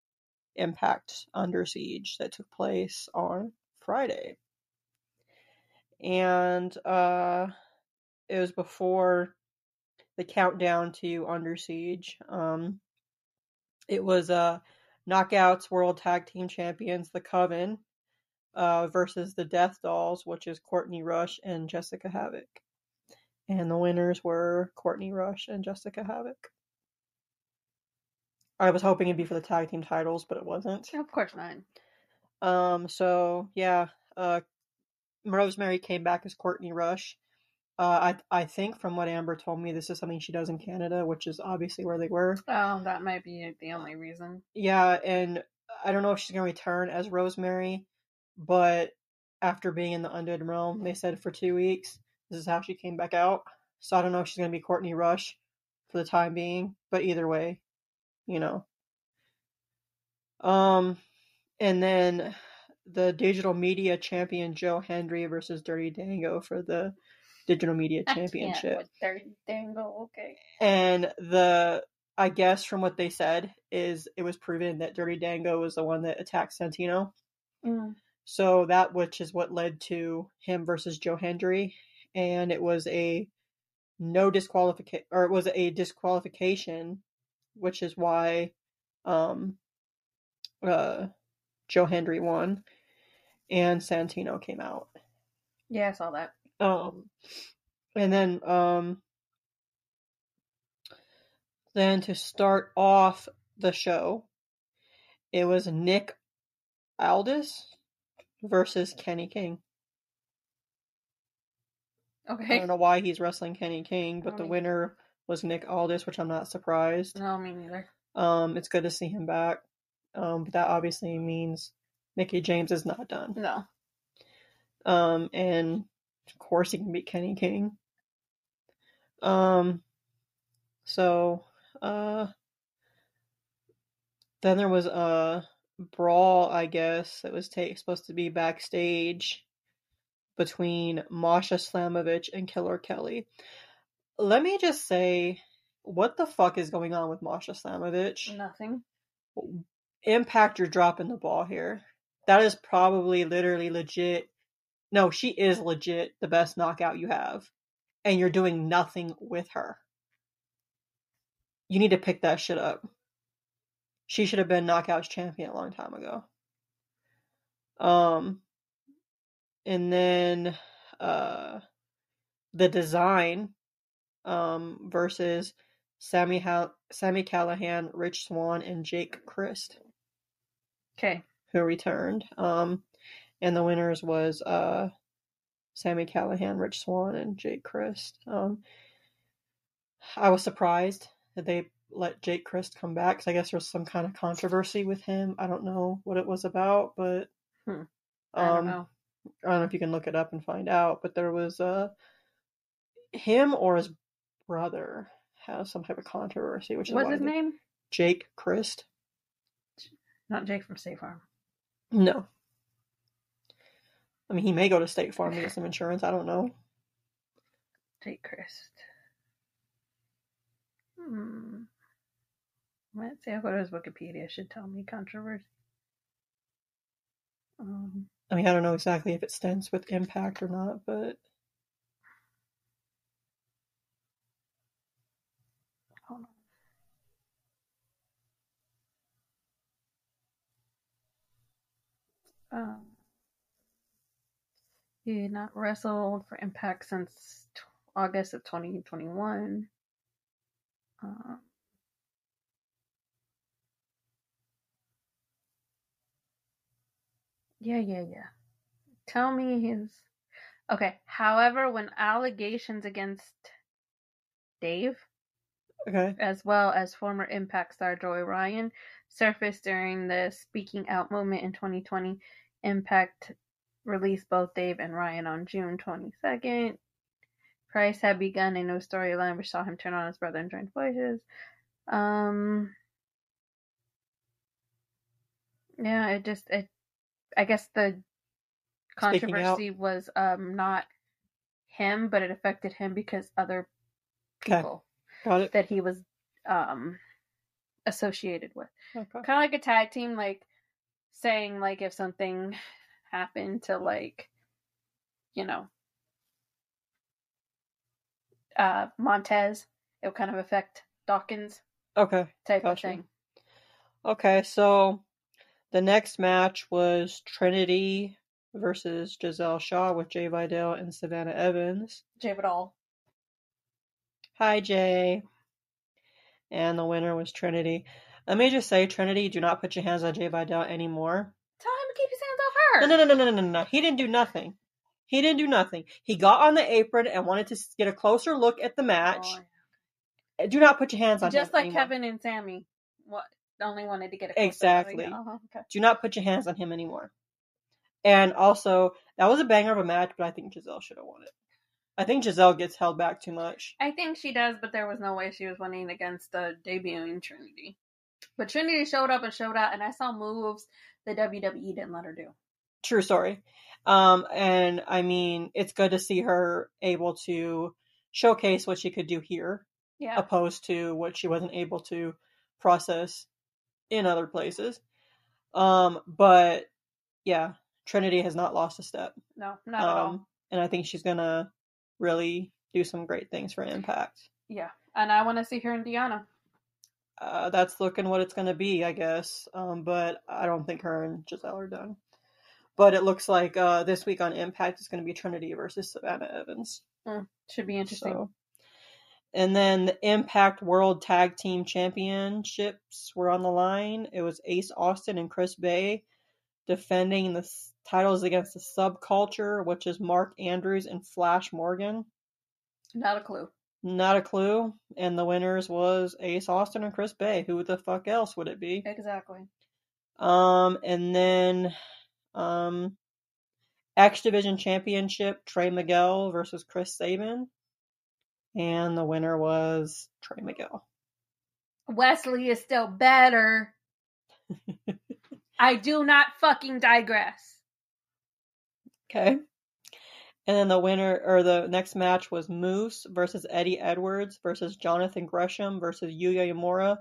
S2: Impact Under Siege that took place on Friday, and uh, it was before the countdown to Under Siege. Um, it was uh, Knockouts World Tag Team Champions, The Coven, uh, versus the Death Dolls, which is Courtney Rush and Jessica Havoc. And the winners were Courtney Rush and Jessica Havoc. I was hoping it'd be for the tag team titles, but it wasn't.
S1: Of course not.
S2: Um, so yeah, uh, Rosemary came back as Courtney Rush. Uh, I I think from what Amber told me, this is something she does in Canada, which is obviously where they were.
S1: Oh, that might be the only reason.
S2: Yeah, and I don't know if she's gonna return as Rosemary, but after being in the undead realm, they said for two weeks, this is how she came back out. So I don't know if she's gonna be Courtney Rush for the time being, but either way, you know. Um, and then the digital media champion Joe Hendry versus Dirty Dango for the digital media
S1: I can't
S2: championship
S1: with Dirty Dangle. Okay.
S2: and the I guess from what they said is it was proven that Dirty Dango was the one that attacked Santino.
S1: Mm.
S2: So that which is what led to him versus Joe Hendry, and it was a no disqualification or it was a disqualification, which is why um uh Joe Hendry won and Santino came out.
S1: Yeah, I saw that.
S2: Um, and then um, then to start off the show, it was Nick Aldis versus Kenny King. I
S1: Okay.
S2: don't know why he's wrestling Kenny King, but
S1: Oh,
S2: the
S1: me-
S2: winner was Nick Aldis, which I'm not surprised.
S1: No, me neither.
S2: Um, it's good to see him back. Um, but that obviously means Mickey James is not done.
S1: No.
S2: Um, and of course, he can beat Kenny King. Um, so, uh, then there was a brawl, I guess, that was ta- supposed to be backstage between Masha Slamovich and Killer Kelly. Let me just say what the fuck is going on with Masha Slamovich?
S1: Nothing.
S2: Impact, you're dropping the ball here. That is probably literally legit. No, she is legit the best knockout you have, and you're doing nothing with her. You need to pick that shit up. She should have been knockouts champion a long time ago. Um, and then uh, the design um, versus Sammy Hal- Sammy Callahan, Rich Swan, and Jake Christ,
S1: Okay.
S2: who returned. Um, and the winners was uh, Sammy Callahan, Rich Swan, and Jake Christ. Um, I was surprised that they let Jake Christ come back 'cause I guess there was some kind of controversy with him. I don't know what it was about, but
S1: Hmm.
S2: um,
S1: I don't know.
S2: I don't know if you can look it up and find out, but there was uh, him or his brother has some type of controversy, which is
S1: What's
S2: why
S1: his
S2: they-
S1: name?
S2: Jake Christ.
S1: Not Jake from State Farm.
S2: No, I mean he may go to State Farm to get some insurance. I don't know.
S1: Jake Christ. Hmm. Let's see. I'll go to his Wikipedia. Should tell me controversy. Um,
S2: I mean I don't know exactly if it stands with impact or not, but
S1: hold on. Um, he had not wrestled for Impact since t- August of 2021. Um, yeah, yeah, yeah. Tell me his. Okay. However, when allegations against Dave
S2: okay,
S1: as well as former Impact star Joy Ryan, surfaced during the Speaking Out moment in 2020. Impact released both Dave and Ryan on June 22nd. Price had begun a new storyline which saw him turn on his brother and join voices. Um, yeah, it just it, I guess the
S2: Speaking Out.
S1: controversy was um not him, but it affected him because other
S2: Okay.
S1: people
S2: got it.
S1: that he was um associated with.
S2: Okay.
S1: Kind of like a tag team, like saying like if something happened to like you know uh Montez, it would kind of affect Dawkins
S2: Okay.
S1: type
S2: Gotcha.
S1: of thing.
S2: Okay, so the next match was Trinity versus Giselle Shaw with Jay Vidal and Savannah Evans.
S1: Jay Vidal.
S2: Hi, Jay. And the winner was Trinity. Let me just say, Trinity, do not put your hands on Jay Vidal anymore.
S1: Tell him to keep his hands off her.
S2: No, no, no, no, no, no, no, no. He didn't do nothing. He didn't do nothing. He got on the apron and wanted to s- get a closer look at the match.
S1: Oh,
S2: Do not put your hands on
S1: Just
S2: him
S1: like
S2: anymore.
S1: Kevin and Sammy, what only wanted to get a
S2: Exactly.
S1: Uh-huh, okay.
S2: do not put your hands on him anymore. And also, that was a banger of a match, but I think Giselle should have won it. I think Giselle gets held back too much.
S1: I think she does, but there was no way she was winning against the debuting Trinity. But Trinity showed up and showed out, and I saw moves the WWE didn't let her do.
S2: True story. Um, and I mean, it's good to see her able to showcase what she could do here,
S1: Yeah.
S2: opposed to what she wasn't able to process in other places. Um, but yeah, Trinity has not lost a step,
S1: No, not at all.
S2: Um, and I think she's gonna really do some great things for Impact.
S1: Yeah. And I want to see her in Deanna.
S2: uh, that's looking what it's going to be, I guess. Um, but I don't think her and Giselle are done. But it looks like uh, this week on Impact is going to be Trinity versus Savannah Evans.
S1: Should be interesting.
S2: So. And then the Impact World Tag Team Championships were on the line. It was Ace Austin and Chris Bay defending the s- titles against the subculture, which is Mark Andrews and Flash Morgan.
S1: Not a clue.
S2: Not a clue. And the winners was Ace Austin and Chris Bay. Who the fuck else would it be?
S1: Exactly.
S2: Um, and then um, X Division Championship Trey Miguel versus Chris Sabin, and the winner was Trey Miguel.
S1: Wesley is still better. I do not fucking digress.
S2: Okay, And then the winner or the next match was Moose versus Eddie Edwards versus Jonathan Gresham versus Yuya Yamura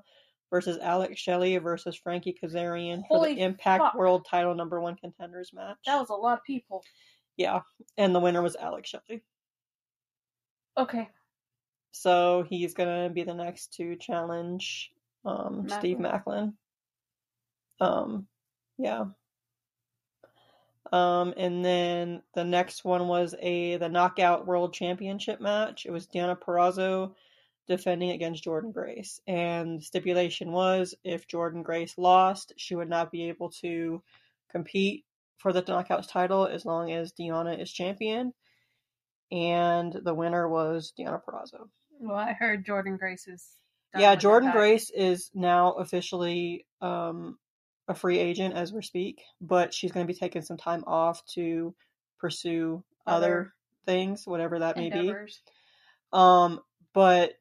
S2: versus Alex Shelley versus Frankie Kazarian for
S1: Holy
S2: the Impact
S1: fuck.
S2: World Title Number One Contenders match.
S1: That was a lot of people.
S2: yeah, and the winner was Alex Shelley.
S1: Okay.
S2: So he's gonna be the next to challenge um, Steve Macklin. Um, yeah. Um, and then the next one was a the knockout world championship match. It was Diana Perrazzo defending against Jordan Grace, and stipulation was if Jordan Grace lost, she would not be able to compete for the knockouts title as long as Diana is champion. And the winner was Diana Perrazzo.
S1: Well, I heard Jordan Grace is. done
S2: Yeah,
S1: with her
S2: Jordan
S1: diet.
S2: Grace is now officially um, a free agent as we speak, but she's going to be taking some time off to pursue other,
S1: Other
S2: things, whatever that may be.
S1: Endeavors.
S2: Um, but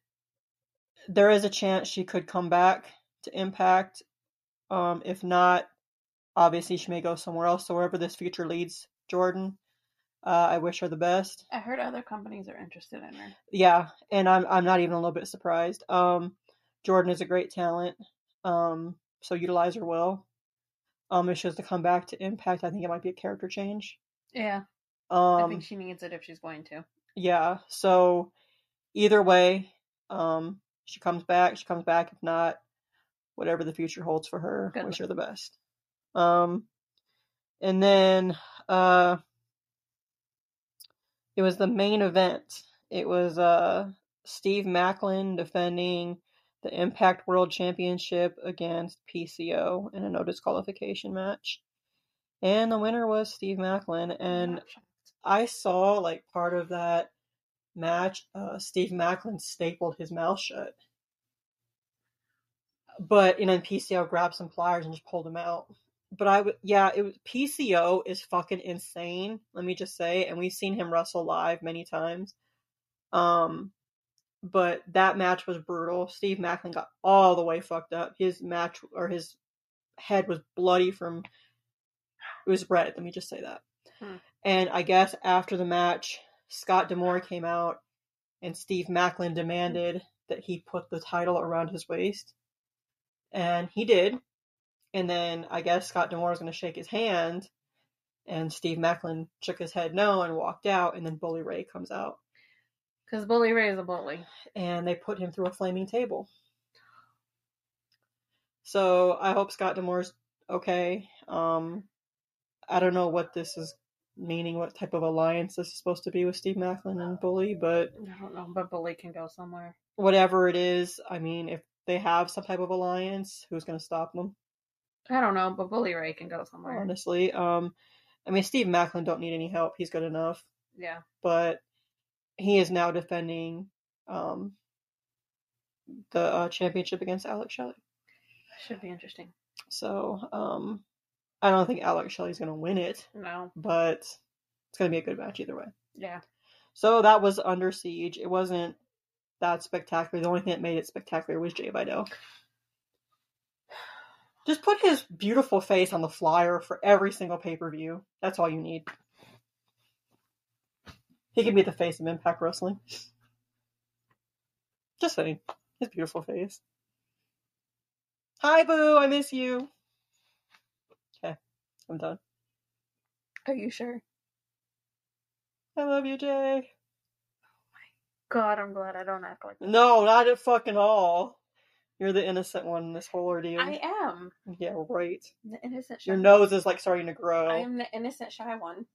S2: there is a chance she could come back to Impact. Um, if not, obviously she may go somewhere else. So wherever this future leads, Jordan, uh, I wish her the best.
S1: I heard other companies are interested in her.
S2: Yeah, and I'm I'm not even a little bit surprised. Um, Jordan is a great talent. Um, so utilize her well. Um, if she has to come back to Impact, I think it might be a character change.
S1: Yeah, I
S2: Um,
S1: think she needs it if she's going to.
S2: yeah. So either way, um, she comes back. She comes back. If not, whatever the future holds for her,
S1: Good luck.
S2: wish her the best. Um, and then uh, it was the main event. It was uh Steve Macklin defending the Impact World Championship against PCO in a no disqualification match. And the winner was Steve Macklin, and I saw like part of that match, uh, Steve Macklin stapled his mouth shut. But and then PCO grabbed some pliers and just pulled him out. But I would, yeah, it was PCO is fucking insane. Let me just say, and we've seen him wrestle live many times. Um, but that match was brutal. Steve Macklin got all the way fucked up. His match or his head was bloody from it was red. Let me just say that.
S1: Hmm.
S2: And I guess after the match, Scott Demore came out, and Steve Macklin demanded that he put the title around his waist, and he did. And then I guess Scott Demore was going to shake his hand, and Steve Macklin shook his head no and walked out. And then Bully Ray comes out,
S1: Because Bully Ray is a bully.
S2: and they put him through a flaming table. So I hope Scott Demore's okay. Um, I don't know what this is meaning, what type of alliance this is supposed to be with Steve Macklin and Bully, but
S1: I don't know, but Bully can go somewhere.
S2: whatever it is, I mean, if they have some type of alliance, who's going to stop them?
S1: I don't know, but Bully Ray can go somewhere.
S2: Honestly, um, I mean, Steve Macklin don't need any help; he's good enough.
S1: Yeah.
S2: But he is now defending um, the uh, championship against Alex Shelley.
S1: Should be interesting.
S2: So um, I don't think Alex Shelley's going to win it,
S1: No.
S2: but it's going to be a good match either way.
S1: Yeah.
S2: So that was Under Siege. It wasn't that spectacular. The only thing that made it spectacular was Jay Vidal. Just put his beautiful face on the flyer for every single pay per view. That's all you need. He can be the face of Impact Wrestling. Just saying. His beautiful face. Hi, Boo. I miss you. Okay. I'm done.
S1: Are you sure?
S2: I love you, Jay.
S1: God, I'm glad I don't act like that.
S2: No, not at fucking all. You're the innocent one in this whole ordeal.
S1: I am
S2: Yeah, right.
S1: the innocent shy.
S2: Your nose is like starting to grow.
S1: I am the innocent shy one.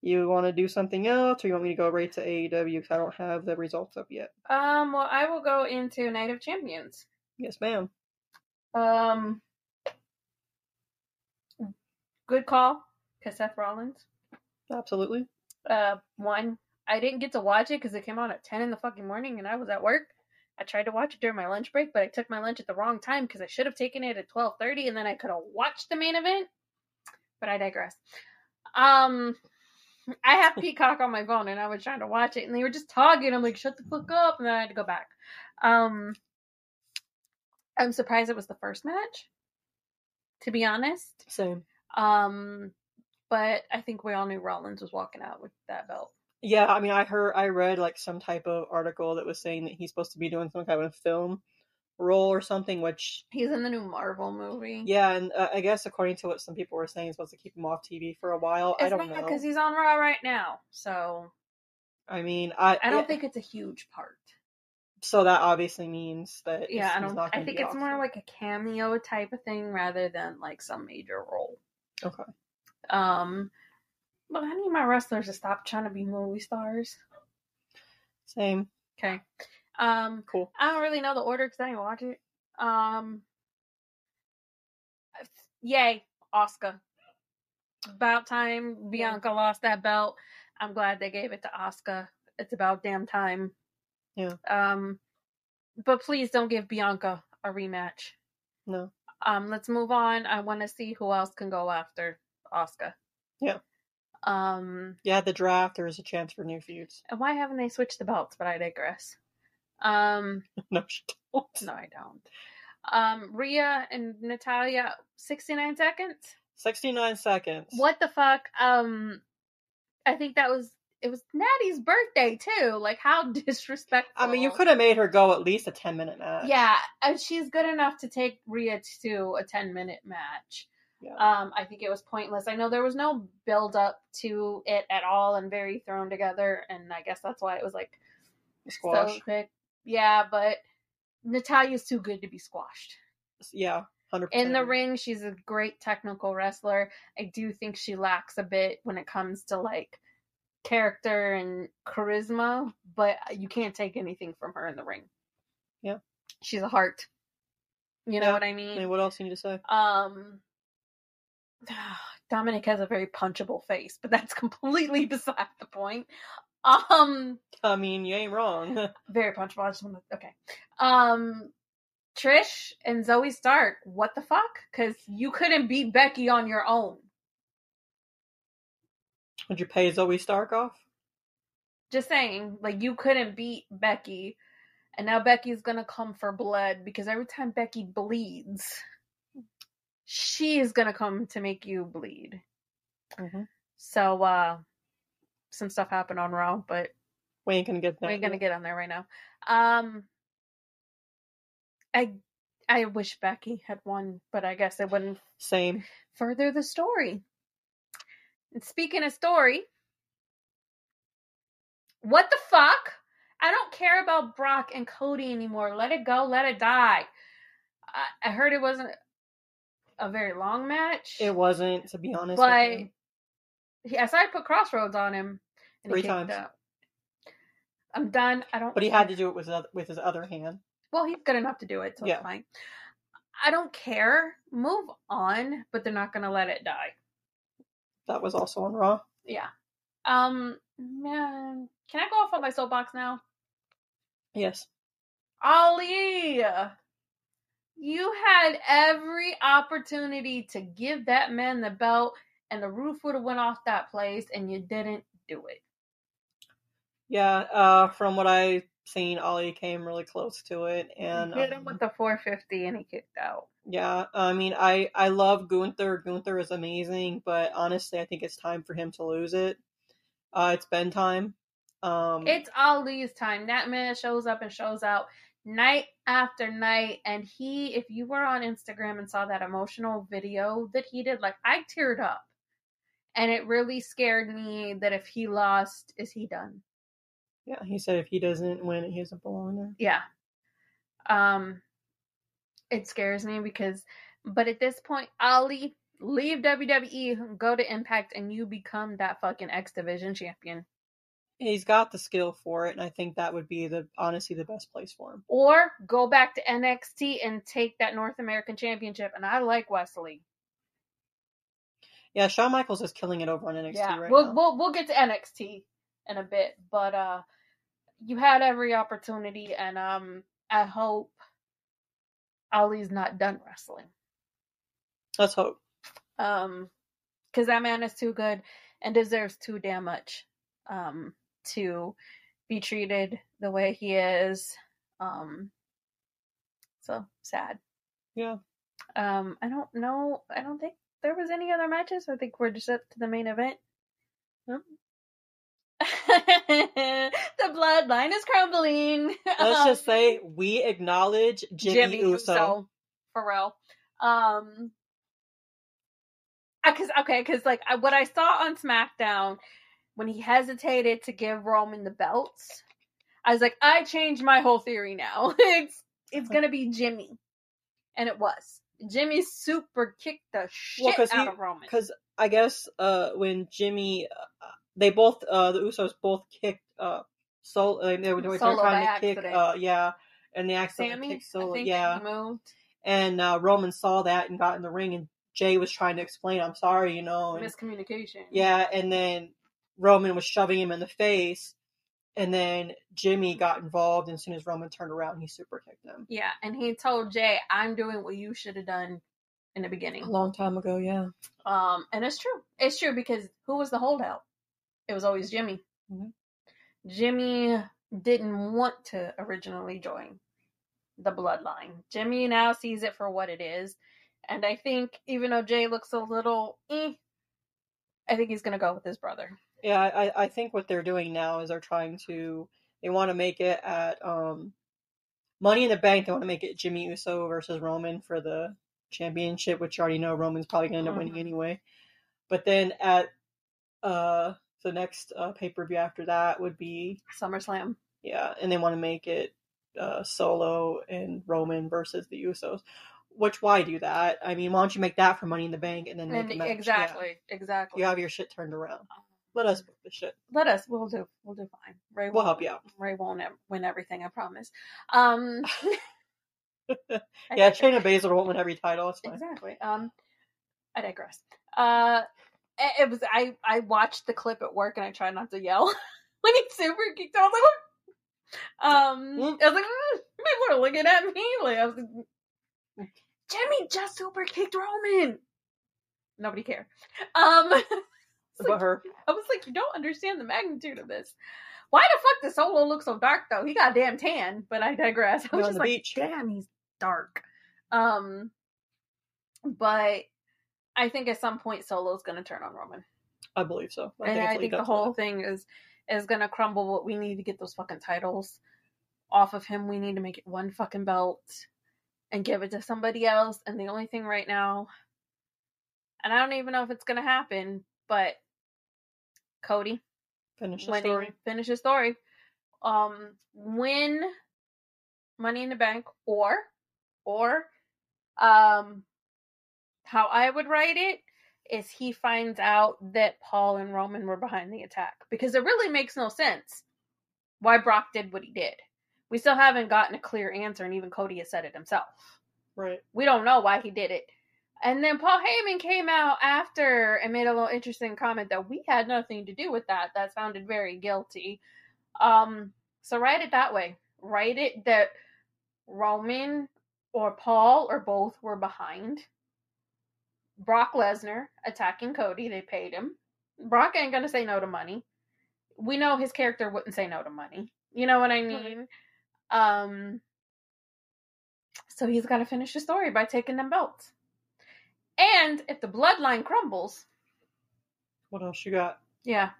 S2: You want to do something else, or you want me to go right to AEW because I don't have the results up yet?
S1: Um, well, I will go into Night of Champions.
S2: Yes, ma'am.
S1: Um, good call, because Seth Rollins.
S2: Absolutely.
S1: Uh, one, I didn't get to watch it because it came on at ten in the fucking morning, and I was at work. I tried to watch it during my lunch break, but I took my lunch at the wrong time because I should have taken it at twelve thirty, and then I could have watched the main event. But I digress. Um, I have Peacock on my phone, and I was trying to watch it, and they were just talking. I'm like, shut the fuck up, and then I had to go back. Um, I'm surprised it was the first match. To be honest,
S2: Same.
S1: um, But I think we all knew Rollins was walking out with that belt.
S2: Yeah, I mean, I heard, I read like some type of article that was saying that he's supposed to be doing some kind of film role or something, which
S1: He's in the new Marvel movie.
S2: yeah, and uh, I guess according to what some people were saying, is supposed to keep him off TV for a while.
S1: It's
S2: I don't
S1: not
S2: know.
S1: because he's on Raw right now, so
S2: I mean, I
S1: I don't
S2: yeah,
S1: think it's a huge part.
S2: so. That obviously means that
S1: Yeah, I
S2: he's
S1: don't.
S2: not
S1: I
S2: gonna
S1: think
S2: be
S1: it's
S2: off
S1: more
S2: for-
S1: like a cameo type of thing rather than like some major role.
S2: Okay.
S1: Um, but I need my wrestlers to stop trying to be movie stars.
S2: same.
S1: Okay. Um,
S2: Cool.
S1: I don't really know the order because I didn't watch it. Um, yay, Oscar! About time Bianca lost that belt. I'm glad they gave it to Oscar. It's about damn time.
S2: Yeah.
S1: Um, but please don't give Bianca a rematch.
S2: No.
S1: Um, let's move on. I want to see who else can go after Oscar.
S2: Yeah.
S1: Um,
S2: Yeah, the draft. There is a chance for new feuds.
S1: and why haven't they switched the belts? But I digress. Um.
S2: no, she don't.
S1: No, I don't. Um, Rhea and Natalia, 69 seconds.
S2: 69 seconds.
S1: What the fuck? Um, I think that was it was Natty's birthday too. Like how disrespectful.
S2: I mean, you could have made her go at least a 10 minute match.
S1: Yeah, and she's good enough to take Rhea to a 10 minute match.
S2: Yeah.
S1: Um, I think it was pointless. I know there was no build up to it at all and very thrown together, and I guess that's why it was like
S2: Squash.
S1: so quick. Yeah, but Natalia's too good to be squashed.
S2: yeah. 100%.
S1: in the ring she's a great technical wrestler i do think she lacks a bit when it comes to like character and charisma but you can't take anything from her in the ring
S2: Yeah.
S1: she's a heart you know
S2: Yeah.
S1: what i
S2: I
S1: mean
S2: mean, what else you need to say?
S1: um dominic has a very punchable face but that's completely beside the point um
S2: I mean, you ain't wrong.
S1: very punchable. I just want to okay. Um, Trish and Zoe Stark. What the fuck? Because you couldn't beat Becky on your own.
S2: Would you pay Zoe Stark off?
S1: Just saying, like you couldn't beat Becky, and now Becky's gonna come for blood because every time Becky bleeds, she is gonna come to make you bleed.
S2: Mm-hmm.
S1: So, uh, some stuff happened on Raw, but
S2: We ain't gonna get that.
S1: We're gonna get on there right now. Um, I I wish Becky had won, but I guess it wouldn't
S2: Same.
S1: further the story. And speaking of story, what the fuck? I don't care about Brock and Cody anymore. Let it go. Let it die. I, I heard it wasn't a very long match.
S2: It wasn't, to be honest. with
S1: But
S2: you.
S1: yes, I put crossroads on him and
S2: Three
S1: he kicked
S2: times.
S1: out. I'm done. I don't.
S2: But he had to do it with his other, with his other hand.
S1: Well, he's good enough to do it, so
S2: Yeah.
S1: it's fine. I don't care. Move on, but they're not gonna let it die.
S2: That was also on Raw.
S1: Yeah. Um. Man, can I go off on my soapbox now?
S2: Yes.
S1: Ali, you had every opportunity to give that man the belt, and the roof would have went off that place, and you didn't do it.
S2: Yeah. Uh, from what I seen, Ollie came really close to it, and
S1: you hit him
S2: um,
S1: with the 450, and he kicked out.
S2: Yeah, I mean, I I love Gunther. Gunther is amazing, but honestly, I think it's time for him to lose it. Uh, it's been time. Um,
S1: It's Ali's time. That man shows up and shows out night after night. And he, if you were on Instagram and saw that emotional video that he did, like I teared up. And it really scared me that if he lost, is he done?
S2: yeah, he said if he doesn't win, it, he doesn't belong there.
S1: Yeah. Um it scares me because but at this point, Ali, leave WWE, go to Impact, and you become that fucking X Division champion.
S2: He's got the skill for it, and I think that would be the honestly the best place for him.
S1: or go back to NXT and take that North American Championship. And I like Wesley.
S2: Yeah, Shawn Michaels is killing it over on NXT
S1: yeah,
S2: right
S1: we'll
S2: now.
S1: we'll we'll get to NXT in a bit, but uh, you had every opportunity, and um, I hope Ali's not done wrestling.
S2: Let's hope.
S1: Um, because that man is too good and deserves too damn much. Um, to be treated the way he is. Um, so sad.
S2: Yeah.
S1: Um, I don't know. I don't think there was any other matches. I think we're just up to the main event.
S2: Yep.
S1: the bloodline is crumbling. Oh,
S2: Let's just say we acknowledge Jimmy, Uso.
S1: for real. Um, because okay, because like I, what I saw on SmackDown when he hesitated to give Roman the belts, I was like, I changed my whole theory now. it's it's gonna be Jimmy, and it was Jimmy super kicked the shit
S2: 'cause
S1: out
S2: he-
S1: of Roman.
S2: Because I guess uh, when Jimmy, uh, they both uh, the Usos both kicked uh, Solo. They were doing they were
S1: Solo
S2: trying
S1: by
S2: to kick,
S1: accident.
S2: uh, yeah, and they accidentally
S1: Sammy,
S2: kicked
S1: I
S2: Solo,
S1: think
S2: yeah.
S1: she moved.
S2: And uh, Roman saw that and got in the ring, and Jay was trying to explain, "I'm sorry, you know." And,
S1: Miscommunication.
S2: yeah, and then Roman was shoving him in the face, and then Jimmy got involved. And as soon as Roman turned around, he super kicked him.
S1: Yeah, and he told Jay, "I'm doing what you should have done in the beginning."
S2: A long time ago, yeah.
S1: Um, and it's true. It's true because who was the holdout? It was always Jimmy.
S2: Mhm.
S1: Jimmy didn't want to originally join the bloodline. Jimmy now sees it for what it is, and I think even though Jay looks a little, eh, I think he's gonna go with his brother.
S2: Yeah, I, I think what they're doing now is they're trying to they want to make it at um Money in the Bank. They want to make it Jimmy Uso versus Roman for the championship, which you already know Roman's probably going to end up winning
S1: Mhm.
S2: anyway. But then at uh the next uh, pay per view after that would be
S1: SummerSlam.
S2: yeah, and they want to make it uh Solo and Roman versus the Usos. Which why do that? I mean, why don't you make that for Money in the Bank and then make
S1: And
S2: a match? Yeah.
S1: exactly, exactly. Um,
S2: You have your shit turned around. Let us book the shit.
S1: Let us. We'll do. We'll do fine. Ray
S2: We'll
S1: won't-
S2: help you out.
S1: Ray won't ev- win everything. I promise. Um. I
S2: Yeah,
S1: digress.
S2: Shayna Baszler won't win every title. It's fine.
S1: Exactly. Um, I digress. Uh, it, it was I. I watched the clip at work and I tried not to yell when he super kicked. I was like, "What?" um, I was like, "Mm," people are looking at me. Like I was like, Jimmy just super kicked Roman. Nobody cared. Um,
S2: But her,
S1: I was like, you don't understand the magnitude of this. Why the fuck does Solo look so dark though? He got damn tan, but I digress. I
S2: You're
S1: was
S2: on
S1: just
S2: the
S1: like,
S2: beach.
S1: damn, he's dark. Um, but I think at some point Solo's gonna turn on Roman,
S2: I believe so.
S1: and
S2: it's
S1: I
S2: lead
S1: think
S2: up
S1: the
S2: to
S1: whole thing is is gonna crumble. But we need to get those fucking titles off of him. We need to make it one fucking belt and give it to somebody else. And the only thing right now, and I don't even know if it's gonna happen, but Cody
S2: that. finish the
S1: winning,
S2: story.
S1: finish the story. Um, win Money in the Bank, or, or, um, how I would write it is he finds out that Paul and Roman were behind the attack because it really makes no sense why Brock did what he did. We still haven't gotten a clear answer, and even Cody has said it himself.
S2: Right.
S1: We don't know why he did it. And then Paul Heyman came out after and made a little interesting comment that we had nothing to do with that. That sounded very guilty. Um, so write it that way. Write it that Roman or Paul or both were behind Brock Lesnar attacking Cody. They paid him. Brock ain't gonna say no to money. We know his character wouldn't say no to money. You know what I mean? Um so he's got to finish the story by taking them belts. And if the bloodline crumbles,
S2: What else you got?
S1: yeah.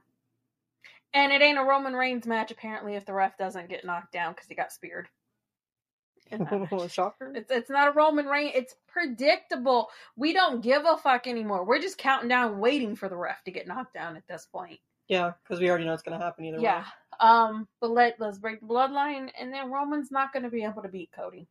S1: And it ain't a Roman Reigns match apparently if the ref doesn't get knocked down because he got speared. in that match.
S2: Shocker.
S1: It's it's not a Roman Reign. It's predictable. We don't give a fuck anymore. We're just counting down, waiting for the ref to get knocked down at this point.
S2: Yeah, because we already know it's going to happen either
S1: yeah.
S2: way.
S1: Um. But let let's break the bloodline, and then Roman's not going to be able to beat Cody.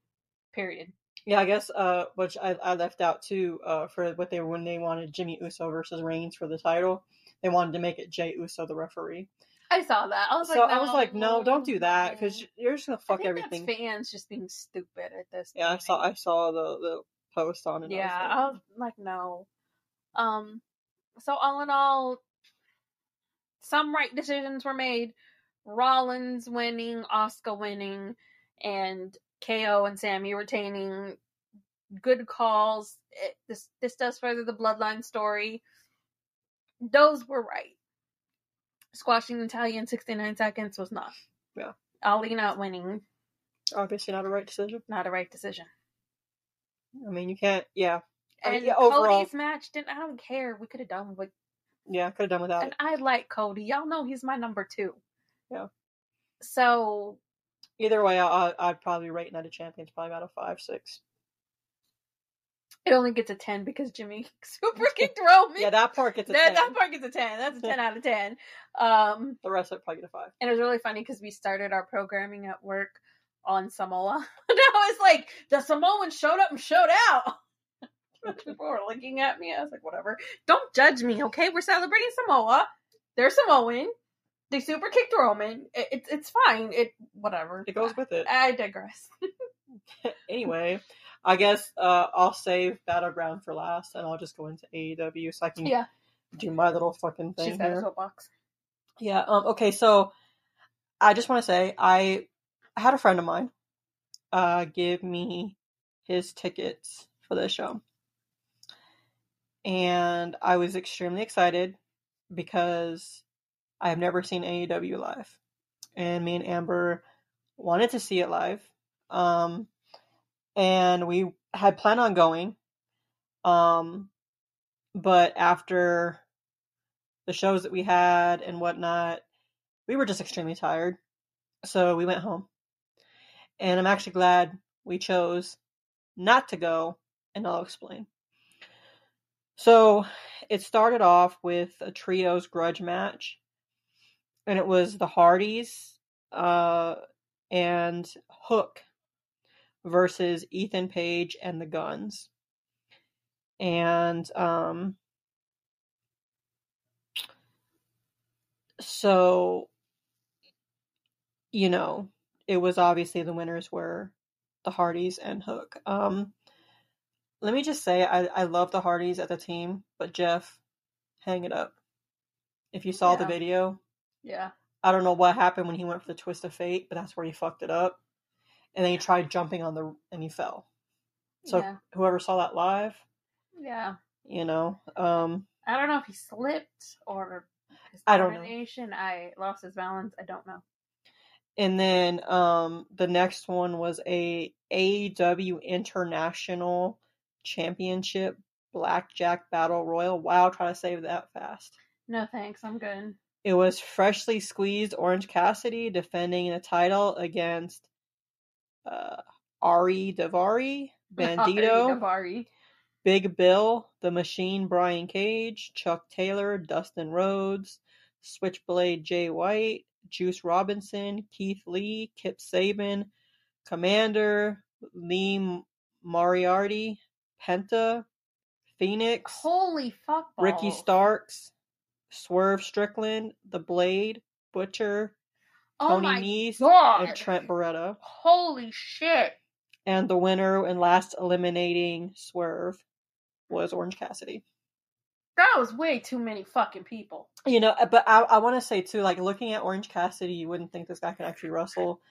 S1: Period.
S2: Yeah, I guess uh, which I, I left out too uh, for what they when they wanted Jimmy Uso versus Reigns for the title. They wanted to make it Jay Uso the referee.
S1: I saw that. I was
S2: so
S1: like,
S2: I was like, no, don't do that because you're just going to
S1: I
S2: fuck
S1: think
S2: everything.
S1: That's fans just being stupid at this.
S2: Yeah, I
S1: point.
S2: saw I saw the, the post on it. I was
S1: Yeah,
S2: like, "Mm."
S1: I was like, no. Um, so all in all, some right decisions were made. Rollins winning, Oscar winning, and KO and Sammy retaining. Good calls. It, this this does further the bloodline story. Those were right. Squashing Natalia in 69 seconds was not.
S2: Yeah.
S1: Ali not winning,
S2: obviously not a right decision.
S1: not a right decision.
S2: I mean, you can't. Yeah, I
S1: And
S2: mean, yeah, overall-
S1: Cody's match didn't. I don't care. We could have done with.
S2: Yeah, could have done without
S1: And
S2: it.
S1: I like Cody. Y'all know he's my number two.
S2: Yeah.
S1: So
S2: Either way, I, I- I'd probably rate Night of Champions probably out of five, six.
S1: it only gets a ten because Jimmy super kicked Roman.
S2: Yeah, that part gets a
S1: that,
S2: ten.
S1: that part gets a ten. That's a ten out of ten. Um,
S2: The rest of it probably get a five.
S1: and it was really funny because we started our programming at work on Samoa. and I was like, the Samoans showed up and showed out. People were looking at me. I was like, whatever. Don't judge me, okay? We're celebrating Samoa. They're Samoan. They super kicked Roman. It, it, it's fine. It whatever.
S2: It goes with it.
S1: I digress.
S2: anyway, I guess uh, I'll save Battleground for last, and I'll just go into AEW so I can
S1: Yeah,
S2: do my little fucking thing
S1: she's got a
S2: Mm, here.
S1: soapbox.
S2: Yeah. Um. Okay. So, I just want to say I had a friend of mine uh give me his tickets for the show, and I was extremely excited because I have never seen AEW live, and me and Amber wanted to see it live, um, and we had planned on going, um, but after the shows that we had and whatnot, we were just extremely tired. So we went home. And I'm actually glad we chose not to go, and I'll explain. So it started off with a trios grudge match, and it was the Hardys uh, and Hook versus Ethan Page and the Guns. And um, so you know it was obviously the winners were the hardys and hook um let me just say i i love the hardys as a team but jeff hang it up if you saw the
S1: Yeah.
S2: video
S1: Yeah,
S2: i don't know what happened when he went for the twist of fate but that's where he fucked it up and then he tried jumping on the and he fell so
S1: yeah,
S2: whoever saw that live
S1: yeah.
S2: you know um
S1: I don't know if he slipped or his
S2: I don't know.
S1: coordination. I lost his balance. I don't know.
S2: And then um the next one was a AEW International Championship Blackjack Battle Royal. Wow, try to save that fast.
S1: No thanks. I'm good.
S2: It was freshly squeezed Orange Cassidy defending the title against uh Ari Davari, Bandito,
S1: Davari.
S2: Big Bill, The Machine, Brian Cage, Chuck Taylor, Dustin Rhodes, Switchblade Jay White, Juice Robinson, Keith Lee, Kip Saban, Commander, Lee Moriarty, Penta, Phoenix,
S1: Holy fuck.
S2: Ricky Starks, Swerve Strickland, The Blade, Butcher,
S1: Oh
S2: Tony
S1: my
S2: Nese,
S1: god.
S2: and Trent Beretta.
S1: Holy shit.
S2: And the winner and last eliminating Swerve was Orange Cassidy.
S1: That was way too many fucking people.
S2: You know, uh, but I, I want to say too, like looking at Orange Cassidy, you wouldn't think this guy can actually wrestle,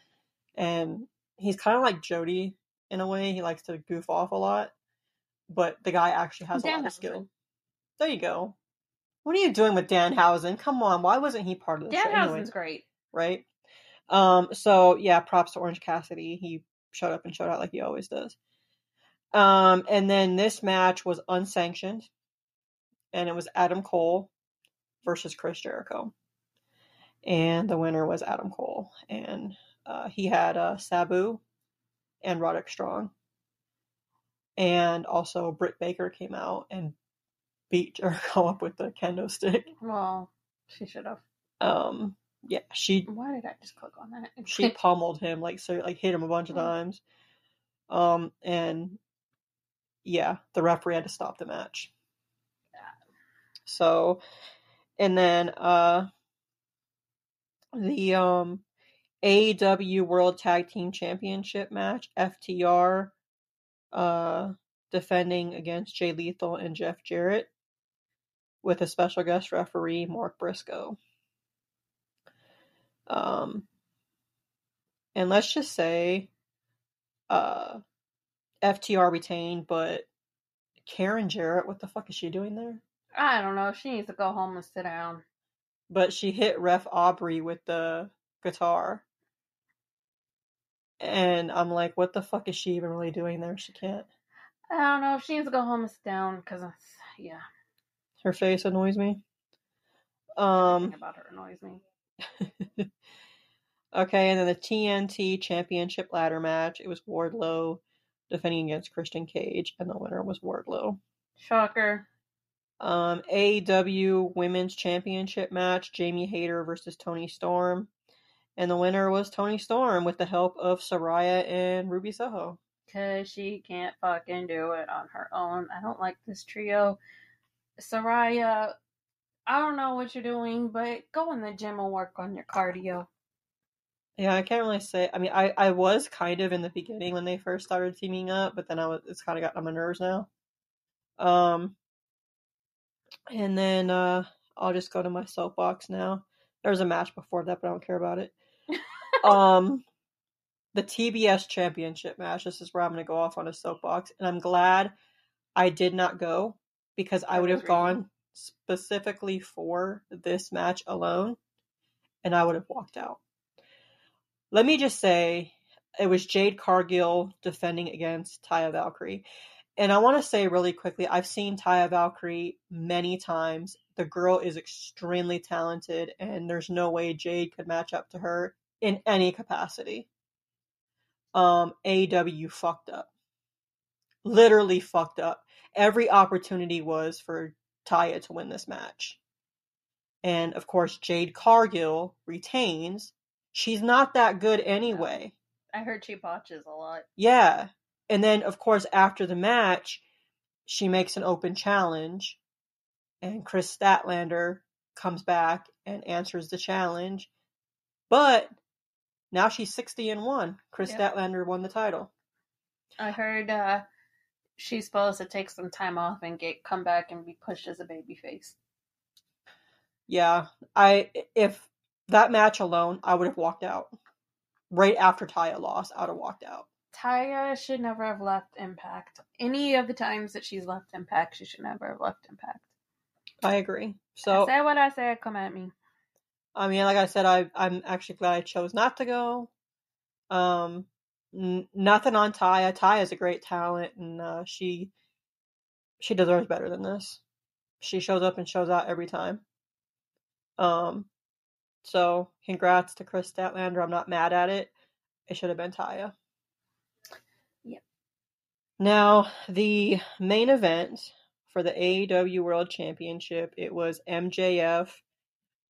S2: and he's kind of like Jody in a way. He likes to goof off a lot, but the guy actually has a lot of skill. There you go. What are you doing with Danhausen? Come on, why wasn't he part of this?
S1: Danhausen's
S2: anyway,
S1: great.
S2: right? Um, so yeah, props to Orange Cassidy. He showed up and showed out like he always does. Um, and then this match was unsanctioned, and it was Adam Cole versus Chris Jericho. And the winner was Adam Cole. And uh, he had uh, Sabu and Roderick Strong. And also Britt Baker came out and beat Jericho up with the kendo stick.
S1: Well, she should have.
S2: Um, yeah, she
S1: Why did I just click on that?
S2: she pummeled him like so like hit him a bunch of
S1: Mm.
S2: times. Um, and yeah, the referee had to stop the match. So, and then uh the um AEW World Tag Team Championship match, FTR uh defending against Jay Lethal and Jeff Jarrett with a special guest referee Mark Briscoe. Um and let's just say uh FTR retained, but Karen Jarrett, what the fuck is she doing there?
S1: I don't know. She needs to go home and sit down.
S2: but she hit ref Aubrey with the guitar. And I'm like, what the fuck is she even really doing there? She can't.
S1: I don't know if she needs to go home. It's down because yeah,
S2: Her face annoys me.
S1: thinking
S2: Um,
S1: about her annoys me.
S2: okay, and then the TNT Championship ladder match. It was Wardlow defending against Christian Cage, and the winner was Wardlow.
S1: Shocker.
S2: Um, AEW Women's Championship match: Jamie Hayter versus Tony Storm, and the winner was Tony Storm with the help of Soraya and Ruby Soho.
S1: Cause she can't fucking do it on her own. I don't like this trio. Soraya, I don't know what you're doing, but go in the gym and work on your cardio.
S2: Yeah, I can't really say. I mean, I I was kind of in the beginning when they first started teaming up, but then I was it's kind of got on my nerves now. Um, and then uh, I'll just go to my soapbox now. There was a match before that, but I don't care about it. um, the TBS Championship match. This is where I'm going to go off on a soapbox, and I'm glad I did not go because I
S1: For
S2: would
S1: this
S2: have gone specifically for this match alone, and I would have walked out. Let me just say, it was Jade Cargill defending against Taya Valkyrie. And I want to say really quickly, I've seen Taya Valkyrie many times. The girl is extremely talented, and there's no way Jade could match up to her in any capacity. Um, AW fucked up. Literally fucked up. Every opportunity was for Taya to win this match. And of course, Jade Cargill retains. She's not that good anyway.
S1: I heard she botches a lot.
S2: Yeah. And then, of course, after the match, she makes an open challenge, and Chris Statlander comes back and answers the challenge. But now she's 60 and 1. Chris
S1: Yeah.
S2: Statlander won the title.
S1: I heard uh, she's supposed to take some time off and get come back and be pushed as a baby face.
S2: Yeah. I if that match alone, I would have walked out. Right after Taya lost, I would have walked out.
S1: Taya should never have left Impact. Any of the times that she's left Impact, she should never have left Impact.
S2: I agree.
S1: I
S2: So
S1: say what I say, come at me.
S2: I mean, like I said, I I'm actually glad I chose not to go. Um, n- nothing on Taya. Taya is a great talent, and uh, she she deserves better than this. She shows up and shows out every time. Um, so congrats to Chris Statlander. I'm not mad at it. It should have been Taya.
S1: Yep.
S2: Now the main event for the AEW World Championship it was MJF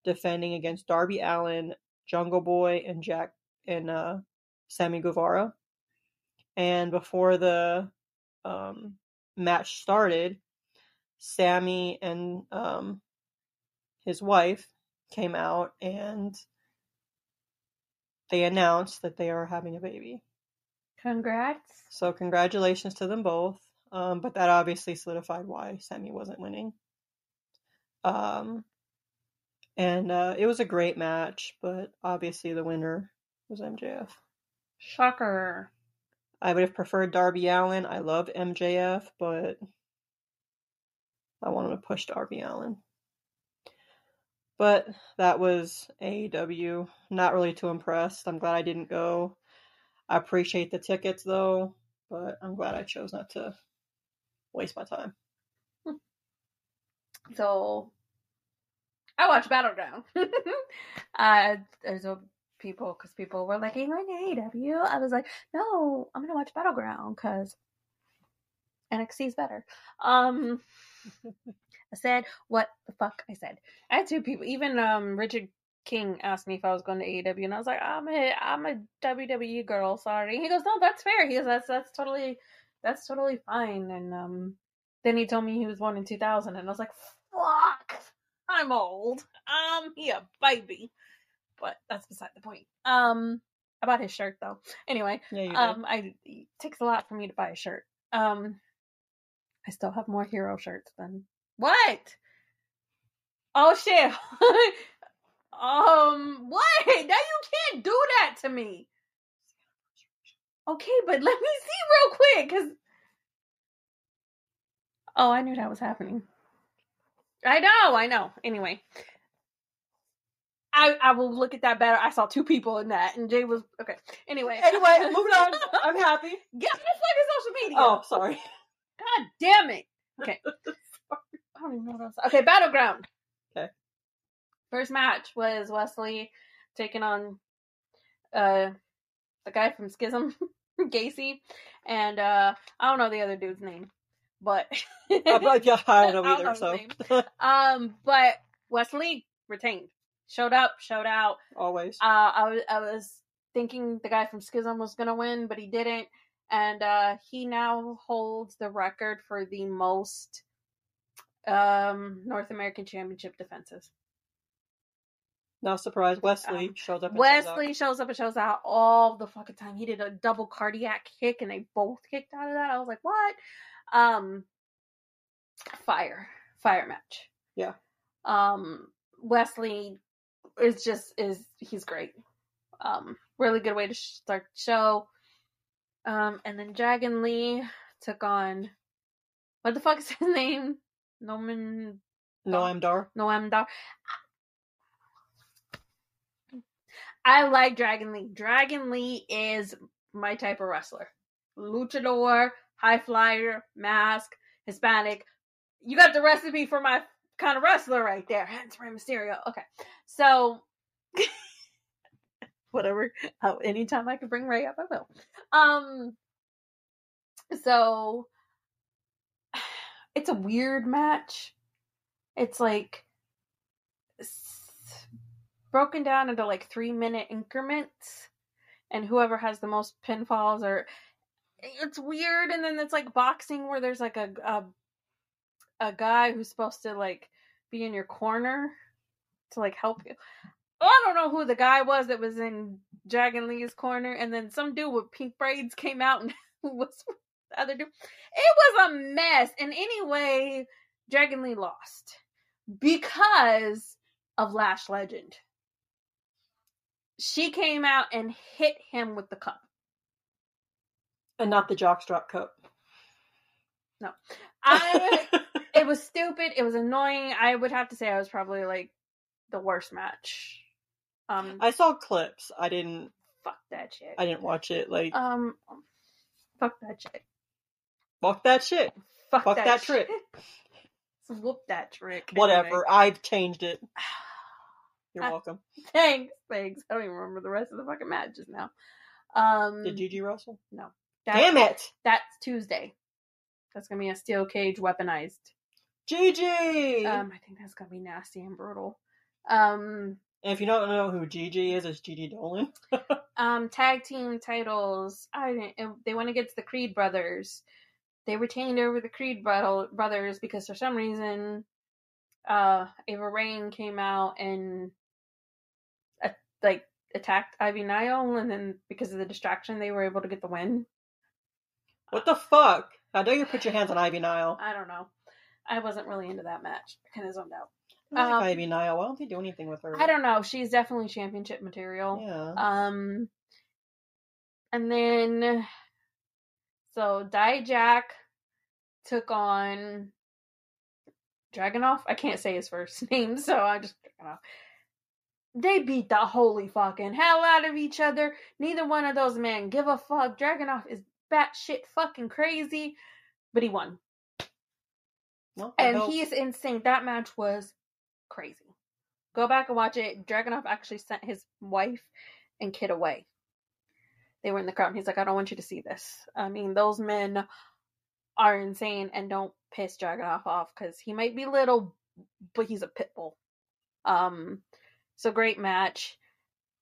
S2: defending against Darby Allen, Jungle Boy, and Jack and uh, Sammy Guevara. And before the um, match started, Sammy and um, his wife came out and they announced that they are having a baby.
S1: Congrats.
S2: So congratulations to them both. Um, but that obviously solidified why Sammy wasn't winning. Um, and uh, it was a great match, but obviously the winner was MJF.
S1: Shocker.
S2: I would have preferred Darby Allen. I love MJF, but I want him to push Darby Allen. But that was AEW. Not really too impressed. I'm glad I didn't go. I appreciate the tickets though, but I'm glad I chose not to waste my time.
S1: So, I watched Battleground. uh, there's a people because people were like, "Hey, going to AEW?" I was like, "No, I'm gonna watch Battleground because NXT is better." Um, I said what the fuck I said. I had two people. Even um, Richard King asked me if I was going to AEW, and I was like, "I'm a I'm a WWE girl, sorry." He goes, "No, that's fair." He goes, "That's that's totally that's totally fine." And um, then he told me he was born in 2000, and I was like, "Fuck." I'm old. Um, yeah, baby. But that's beside the point. Um, about his shirt though. Anyway,
S2: Yeah, you did.
S1: um, I it takes a lot for me to buy a shirt. Um, I still have more hero shirts than what? Oh shit. um, what? Now you can't do that to me. Okay, but let me see real quick, cause oh, I knew that was happening. I know, I know. Anyway, I I will look at that better. I saw two people in that, and Jay was okay. Anyway,
S2: Anyway, moving on. I'm happy.
S1: Get on the fucking social media.
S2: Oh, sorry.
S1: God damn it. Okay. I don't even know what else. Okay, Battleground.
S2: Okay.
S1: First match was Wesley taking on uh the guy from Schism, Gacy, and uh I don't know the other dude's name, but
S2: I'm like, yeah, I don't know
S1: I
S2: either.
S1: don't know his
S2: so
S1: um, but Wesley retained, showed up, showed out.
S2: always,
S1: Uh, I was I was thinking the guy from Schism was gonna win, but he didn't, and uh, he now holds the record for the most um North American Championship defenses.
S2: not surprised. Wesley
S1: Um,
S2: shows up. and uh, shows out.
S1: Wesley shows up and shows out all the fucking time. He did a double cardiac kick, and they both kicked out of that. I was like, what? Um, fire, fire match.
S2: Yeah.
S1: Um, Wesley is just is he's great. Um, really good way to sh- start the show. Um, and then Dragon Lee took on what the fuck is his name? Norman
S2: No, I'm Dar.
S1: Noam Dar. I like Dragon Lee. Dragon Lee is my type of wrestler. Luchador, high flyer, mask, Hispanic. You got the recipe for my kind of wrestler right there. Hence Rey Mysterio. Okay. So whatever. Oh, anytime I can bring Ray up, I will. Um so it's a weird match. It's like s- broken down into like three minute increments, and whoever has the most pinfalls or it's weird. And then it's like boxing where there's like a a, a guy who's supposed to like be in your corner to like help you. I don't know who the guy was that was in Dragon Lee's corner, and then some dude with pink braids came out and was with the other dude. It was a mess. And anyway, Dragon Lee lost because of Lash Legend. She came out and hit him with the cup.
S2: and not the jockstrap cup.
S1: I, it was stupid. It was annoying. I would have to say I was probably like the worst match. Um,
S2: I saw clips. I didn't.
S1: fuck that shit.
S2: I didn't watch it. Like
S1: um, fuck that shit.
S2: fuck that shit.
S1: Fuck,
S2: Fuck that
S1: shit.
S2: trick.
S1: Whoop that trick. Anyway.
S2: Whatever. I've changed it. You're
S1: I-
S2: welcome.
S1: Thanks, thanks. I don't even remember the rest of the fucking match just now. Um,
S2: Did Gigi wrestle?
S1: that-
S2: Damn it,
S1: That's Tuesday. That's gonna be a steel cage weaponized.
S2: Gigi!
S1: Um, I think that's gonna be nasty and brutal. Um,
S2: and if you don't know who Gigi is, it's Gigi Dolan.
S1: um, tag team titles. I didn't, and they went against the Creed brothers. They retained over the Creed brother- brothers because for some reason, uh, Ava Rain came out and uh, like attacked Ivy Nile, and then because of the distraction, they were able to get the win.
S2: What the fuck? How dare you put your hands on Ivy Nile?
S1: I don't know. I wasn't really into that match. I kind of zoned out.
S2: I like
S1: Um,
S2: Ivy Nile. Why don't they do anything with her?
S1: I don't know. She's definitely championship material.
S2: Yeah.
S1: Um, and then so Dijak took on Dragonoff. I can't say his first name, so I just Dragonoff. They beat the holy fucking hell out of each other. Neither one of those men give a fuck. Dragonoff is batshit fucking crazy, but he won,
S2: Well, I
S1: and
S2: hope-
S1: he is insane. That match was crazy. Go back and watch it. Dragonoff actually sent his wife and kid away they were in the crowd. And he's like, I don't want you to see this. I mean, those men are insane and don't piss Dragonoff off because he might be little, but he's a pit bull. Um, so great match.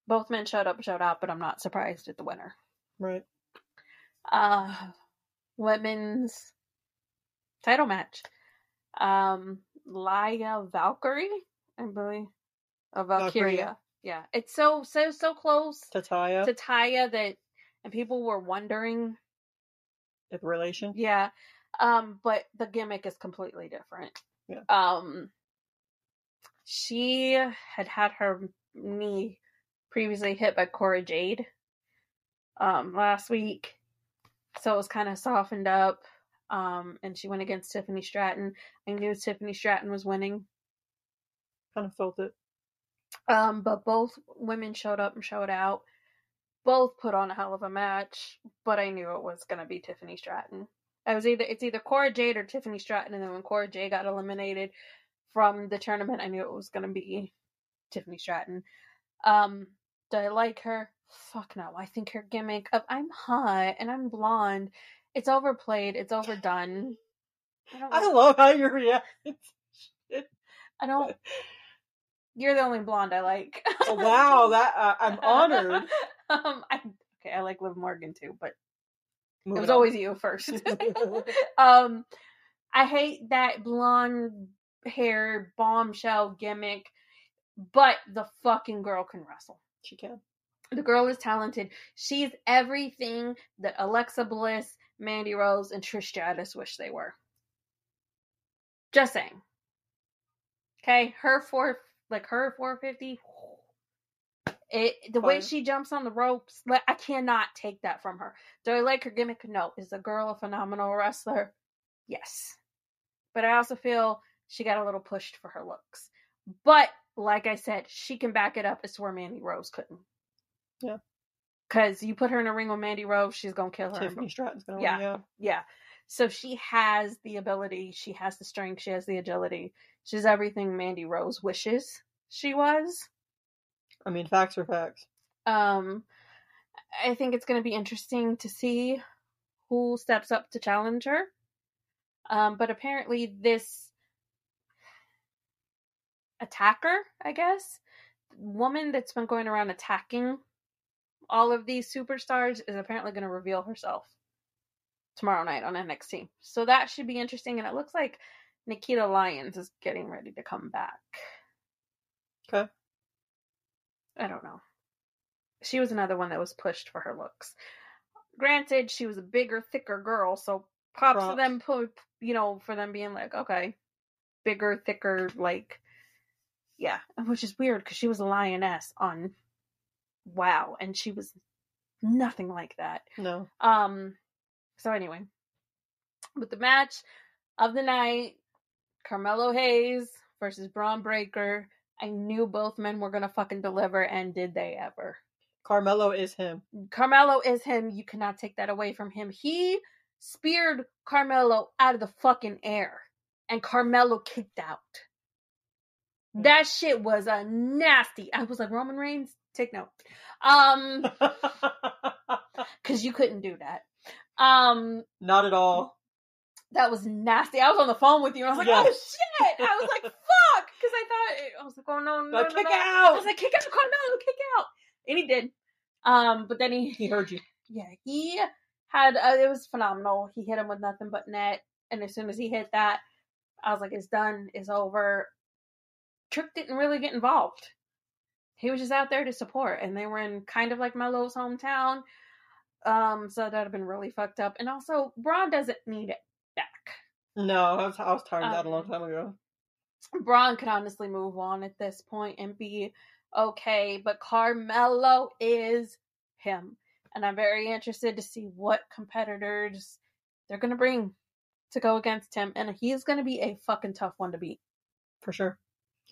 S1: Both men showed up, showed out, but I'm not surprised at the winner.
S2: Right.
S1: Uh, women's title match. Um, Laya Valkyrie, I believe, of
S2: Valkyria.
S1: Valkyria. Yeah, it's so so so close
S2: Tataya,
S1: to Taya that and people were wondering.
S2: if relation.
S1: Yeah. Um, but the gimmick is completely different.
S2: Yeah.
S1: Um she had had her knee previously hit by Cora Jade um last week. So it was kind of softened up. Um and she went against Tiffany Stratton. I knew Tiffany Stratton was winning.
S2: Kind of felt it.
S1: Um, but both women showed up and showed out. Both put on a hell of a match, but I knew it was gonna be Tiffany Stratton. I was either it's either Cora Jade or Tiffany Stratton, and then when Cora Jade got eliminated from the tournament, I knew it was gonna be Tiffany Stratton. Um, do I like her? Fuck no. I think her gimmick of I'm hot and I'm blonde, it's overplayed, it's overdone. I don't.
S2: I love how you react.
S1: I don't you're the only blonde I like.
S2: Oh, wow, that uh, I'm honored.
S1: um, I, okay, I like Liv Morgan too, but
S2: Moving
S1: it was
S2: on.
S1: always you first. um, I hate that blonde hair bombshell gimmick, but the fucking girl can wrestle.
S2: she can.
S1: The girl is talented. She's everything that Alexa Bliss, Mandy Rose, and Trish Stratus wish they were. Just saying. Okay, her four, like her four fifty. It the way
S2: Fire.
S1: she jumps on the ropes, like, I cannot take that from her. Do I like her gimmick? No. Is the girl a phenomenal wrestler? Yes, but I also feel she got a little pushed for her looks. But like I said, she can back it up. It's where Mandy Rose couldn't.
S2: Yeah.
S1: Because you put her in a ring with Mandy Rose, she's gonna kill her. and
S2: Tiffany Stratton's gonna
S1: Yeah.
S2: win. Yeah.
S1: yeah. So she has the ability, she has the strength, she has the agility. She's everything Mandy Rose wishes she was.
S2: I mean, facts are facts.
S1: Um I think it's going to be interesting to see who steps up to challenge her. Um but apparently this attacker, I guess, woman that's been going around attacking all of these superstars is apparently going to reveal herself tomorrow night on NXT. So that should be interesting. And it looks like Nikita Lyons is getting ready to come back.
S2: 'Kay.
S1: I don't know. She was another one that was pushed for her looks. Granted, she was a bigger, thicker girl, so props to
S2: Props.
S1: them, pu- you know, for them being like, okay, bigger, thicker, like, yeah, which is weird because she was a lioness on Wow, and she was nothing like that.
S2: No,
S1: Um, so anyway, with the match of the night, Carmelo Hayes versus Braun Breaker. I knew both men were gonna fucking deliver, and did they ever?
S2: Carmelo is him.
S1: Carmelo is him. You cannot take that away from him. He speared Carmelo out of the fucking air, and Carmelo kicked out. That shit was a nasty. I was like Roman Reigns, take note. Um, because you couldn't do that. Um,
S2: Not at all.
S1: that was nasty. I was on the phone with you, and I was like,
S2: Yeah.
S1: "Oh shit!" I was like, "Fuck," because I thought it, I was like, "Oh no, no,
S2: Like,
S1: no,
S2: kick
S1: no." I
S2: out.
S1: was like, "Kick out, Carmelo, kick out," and he did. Um, but then he,
S2: he heard you.
S1: yeah, he had uh, it was phenomenal. He hit him with nothing but net, and as soon as he hit that, I was like, "It's done. It's over." Trick didn't really get involved. He was just out there to support, and they were in kind of like Melo's hometown. Um, so that'd have been really fucked up. And also, Braun doesn't need it back.
S2: No, I was, I was tired of that a long
S1: Um,
S2: time ago.
S1: Braun could honestly move on at this point and be okay, but Carmelo is him. And I'm very interested to see what competitors they're going to bring to go against him. And he's going to be a fucking tough one to beat.
S2: For sure.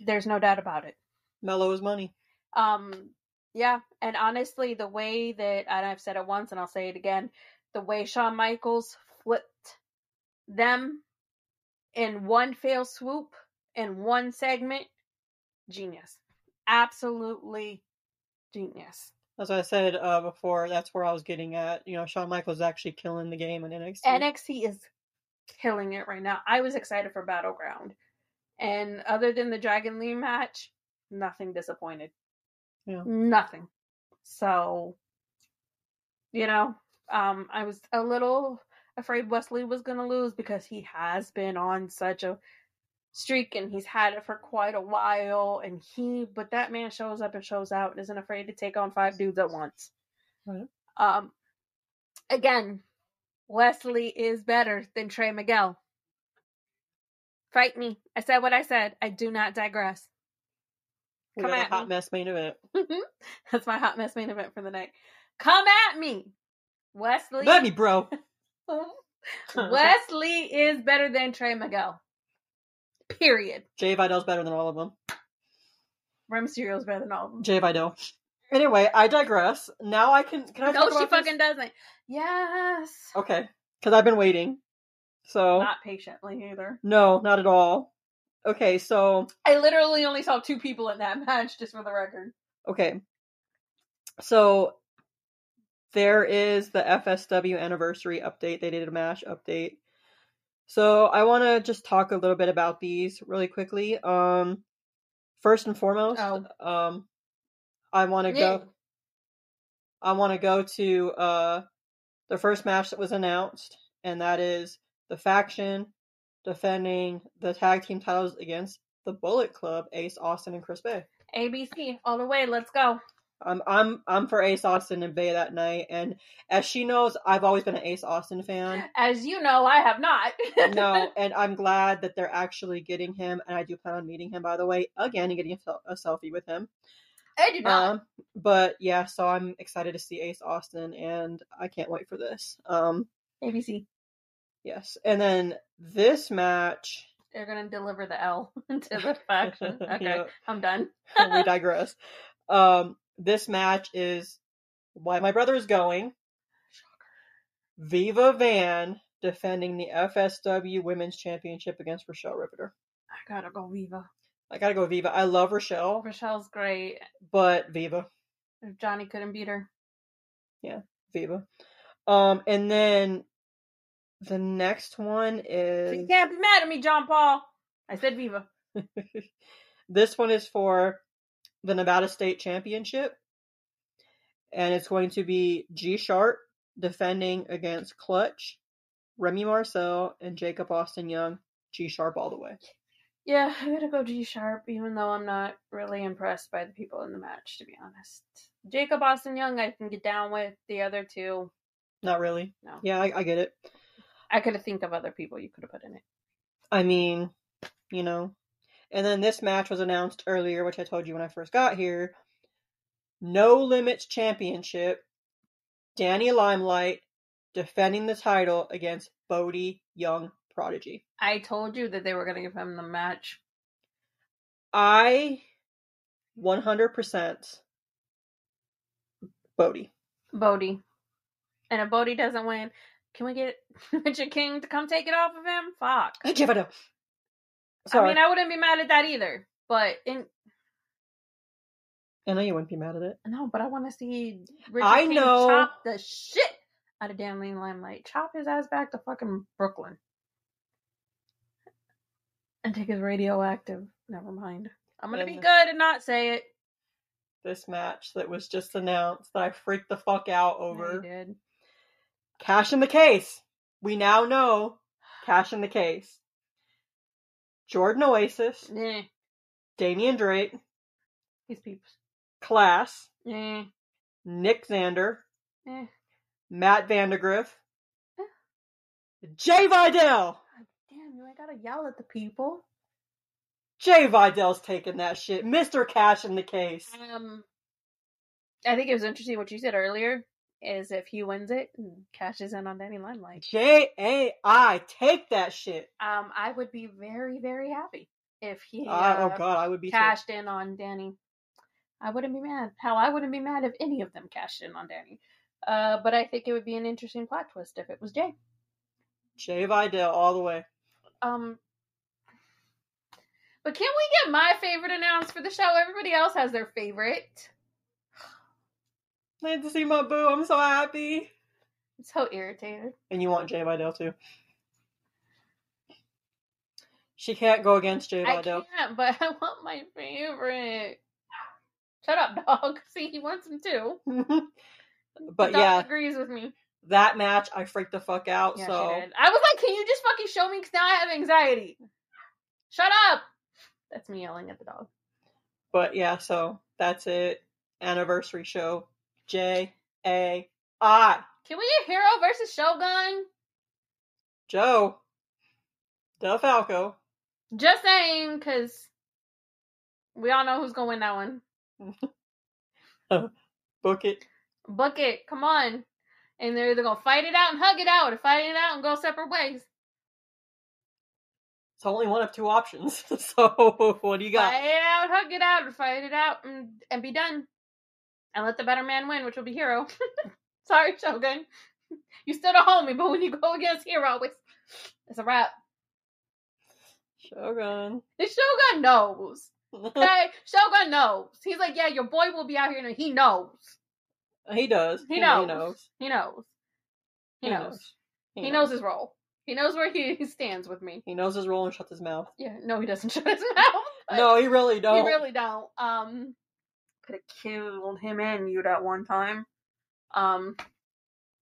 S1: There's no doubt about it.
S2: Mello is money.
S1: Um, yeah. And honestly, the way that, and I've said it once and I'll say it again, the way Shawn Michaels flipped them in one fail swoop, in one segment, genius. Absolutely genius.
S2: As I said uh, before, that's where I was getting at. You know, Shawn Michaels is actually killing the game in NXT.
S1: NXT is killing it right now. I was excited for Battleground. And other than the Dragon Lee match, nothing disappointed.
S2: Yeah.
S1: Nothing. So, you know, um, I was a little afraid Wesley was going to lose because he has been on such a streak and he's had it for quite a while. And he, but that man shows up and shows out and isn't afraid to take on five dudes at once.
S2: Right.
S1: Um, again, Wesley is better than Trey Miguel. Fight me. I said what I said. I do not digress.
S2: we
S1: come
S2: have a
S1: at
S2: hot
S1: me.
S2: mess main event.
S1: That's my hot mess main event for the night. Come at me, Wesley.
S2: Let me, bro.
S1: Wesley is better than Trey Miguel. Period.
S2: Jay Vidal's better than all of them.
S1: Rey Mysterio is better than all of them.
S2: Jay Vidal. Anyway, I digress. Now I can. Can I
S1: No,
S2: talk
S1: she
S2: about this?
S1: fucking doesn't. Yes.
S2: Okay, because I've been waiting. So
S1: Not patiently either.
S2: no, not at all. Okay, so
S1: I literally only saw two people in that match, just for the record.
S2: okay, so there is the FSW anniversary update. They did a mash update. So I want to just talk a little bit about these really quickly. Um, first and foremost,
S1: Oh.
S2: um, I want to go. I want to go to uh, the first match that was announced, and that is the faction defending the tag team titles against the Bullet Club, Ace Austin and Chris Bay.
S1: ABC all the way. Let's go.
S2: I'm Um, I'm I'm for Ace Austin and Bay that night, and as she knows, I've always been an Ace Austin fan.
S1: As you know, I have not.
S2: no, and I'm glad that they're actually getting him, and I do plan on meeting him by the way again and getting a, sel- a selfie with him.
S1: I do not.
S2: Um, but yeah, so I'm excited to see Ace Austin, and I can't wait for this. Um,
S1: ABC.
S2: yes, and then this match.
S1: They're gonna deliver the L to the faction. Okay,
S2: Yeah,
S1: I'm done.
S2: we digress. Um, this match is why my brother is going. Viva Van defending the FSW Women's Championship against Rochelle Riveter.
S1: I gotta go, Viva.
S2: I gotta go Viva. I love Rochelle,
S1: Rochelle's great.
S2: but Viva,
S1: If Johnny couldn't beat her,
S2: Viva. Um, and then the next one
S1: so
S2: is
S1: you can't be mad at me, John Paul. I said Viva.
S2: this one is for the Nevada State Championship, and it's going to be G Sharp defending against Clutch, Remy Marcel, and Jacob Austin Young. G Sharp all the way.
S1: Yeah, I gotta go G sharp, even though I'm not really impressed by the people in the match, to be honest. Jacob Austin Young, I can get down with. The other two,
S2: Not really.
S1: No.
S2: Yeah, I, I get it.
S1: I could have think of other people you could have put in it.
S2: I mean, you know. And then this match was announced earlier, which I told you when I first got here. No Limits Championship. Danny Limelight defending the title against Bodie Young Prodigy.
S1: I told you that they were gonna give him the match.
S2: I 100% Bodie.
S1: Bodie. And if Bodie doesn't win, can we get Richard King to come take it off of him? Fuck.
S2: I give it up. Sorry.
S1: I
S2: I,
S1: mean, I wouldn't be mad at that either. But in
S2: know you wouldn't be mad at it.
S1: no, but I want to see Richard
S2: I
S1: King
S2: know-
S1: chop the shit out of Dan Lane Limelight. Chop his ass back to fucking Brooklyn. And take his radioactive. Never mind. I'm gonna be
S2: And-
S1: good and not say it.
S2: This match that was just announced that I freaked the fuck out
S1: No, you
S2: over.
S1: did.
S2: Cash in the case. We now know Cash in the case. Jordan Oasis,
S1: Nah,
S2: Damian Drake,
S1: he's peeps.
S2: Class,
S1: Nah,
S2: Nick Xander,
S1: eh.
S2: Matt Vandergriff,
S1: Eh.
S2: Jay Vidal.
S1: Damn, you ain't gotta yell at the people.
S2: Jay Vidal's taking that shit. Mr. Cash in the case.
S1: Um, I think it was interesting what you said earlier. Is if he wins it and cashes in on Danny Limelight,
S2: J A I, take that shit.
S1: um, I would be very very happy if he uh,
S2: Ah, oh god, I would be. so-
S1: cashed in on Danny. I wouldn't be mad. How I wouldn't be mad if any of them cashed in on Danny. Uh, but I think it would be an interesting plot twist if it was Jay.
S2: Jay Vidal all the way.
S1: Um, but can we get my favorite announced for the show? Everybody else has their favorite.
S2: I had to see my boo. I'm so happy.
S1: I'm so irritated.
S2: And you want Jay Vidal too. She can't go against Jay
S1: I
S2: Vidal.
S1: can't, but I want my favorite. Shut up, dog. See, he wants him too. The
S2: but
S1: dog
S2: yeah,
S1: agrees with me.
S2: that match I freaked the fuck out.
S1: Yeah,
S2: so
S1: she did. I was like, can you just fucking show me? Because now I have anxiety. Shut up. That's me yelling at the dog.
S2: but yeah, so that's it. Anniversary show. J A I.
S1: Can we get Hero versus Shogun?
S2: Joe. DeFalco.
S1: Just saying, because we all know who's gonna win that one.
S2: Book it.
S1: Book it. Come on. And they're either gonna fight it out and hug it out, or fight it out and go separate ways.
S2: It's only one of two options. so what do you got?
S1: Fight it out, hug it out, and fight it out, and, and be done. And let the better man win, which will be Hero. Sorry, Shogun. You still don't hold me, but when you go against Hero, it's it's a wrap.
S2: Shogun.
S1: The Shogun knows. Okay? Shogun knows. He's like, yeah, your boy will be out here, and he knows.
S2: he does.
S1: He
S2: Yeah,
S1: knows. He knows. He, knows.
S2: He,
S1: He knows his role. He knows where he, he stands with me.
S2: He knows his role and shuts his mouth.
S1: Yeah, no, he doesn't shut his mouth.
S2: No, he really
S1: He
S2: don't.
S1: really don't. Um, could have killed him and you that one time. Um,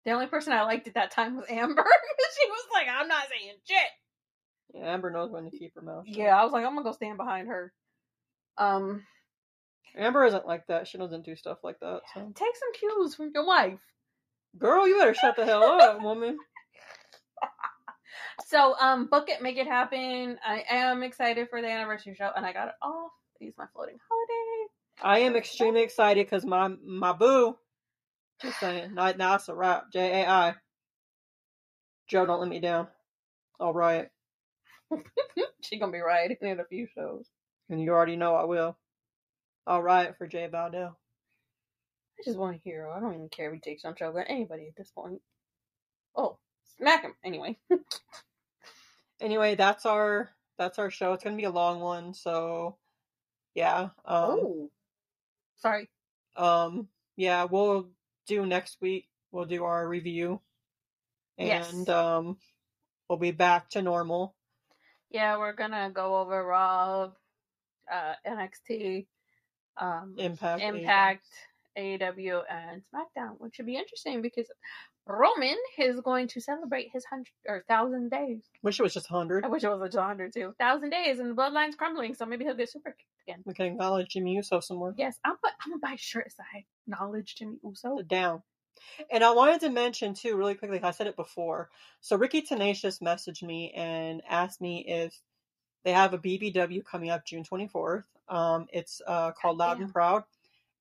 S1: the only person I liked at that time was Amber. 'cause she was like, "I'm not saying shit."
S2: Yeah, Amber knows when to keep her mouth. shut.
S1: Oh, Yeah, I was like, "I'm gonna go stand behind her." Um,
S2: Amber isn't like that. She doesn't do stuff like that. So.
S1: take some cues from your wife.
S2: Girl, you better shut the hell up, woman.
S1: So, um, book it, make it happen. I am excited for the anniversary show, and I got it off. Use my floating holiday.
S2: I am extremely excited because my my boo. Just saying, not now it's a wrap. J A I. Joe, don't let me down. All right,
S1: she gonna be right in a few shows.
S2: and you already know I will. All right for Jay Baldell.
S1: I just want a hero. I don't even care if he takes jump shot anybody at this point. Oh, smack him anyway.
S2: Anyway, that's our that's our show. It's gonna be a long one, so yeah. Um,
S1: oh, sorry.
S2: um yeah, we'll do next week. We'll do our review, and
S1: Yes.
S2: um, we'll be back to normal.
S1: Yeah, we're gonna go over Raw, uh, NXT, um,
S2: Impact. AEW.
S1: Impact, AEW, and SmackDown, which should be interesting because Roman is going to celebrate his hundred or thousand days.
S2: Wish it was just hundred.
S1: I wish it was a 200 too. Thousand days and the bloodline's crumbling, so maybe he'll get super kicked again.
S2: We can acknowledge Jimmy Uso some more.
S1: Yes, I'm, put, I'm gonna buy shirts that I acknowledge Jimmy Uso.
S2: Down. And I wanted to mention too, really quickly, 'cause I said it before. So Ricky Tenacious messaged me and asked me if they have a BBW coming up June 24th. Um, it's uh, called Loud
S1: Goddamn.
S2: and Proud,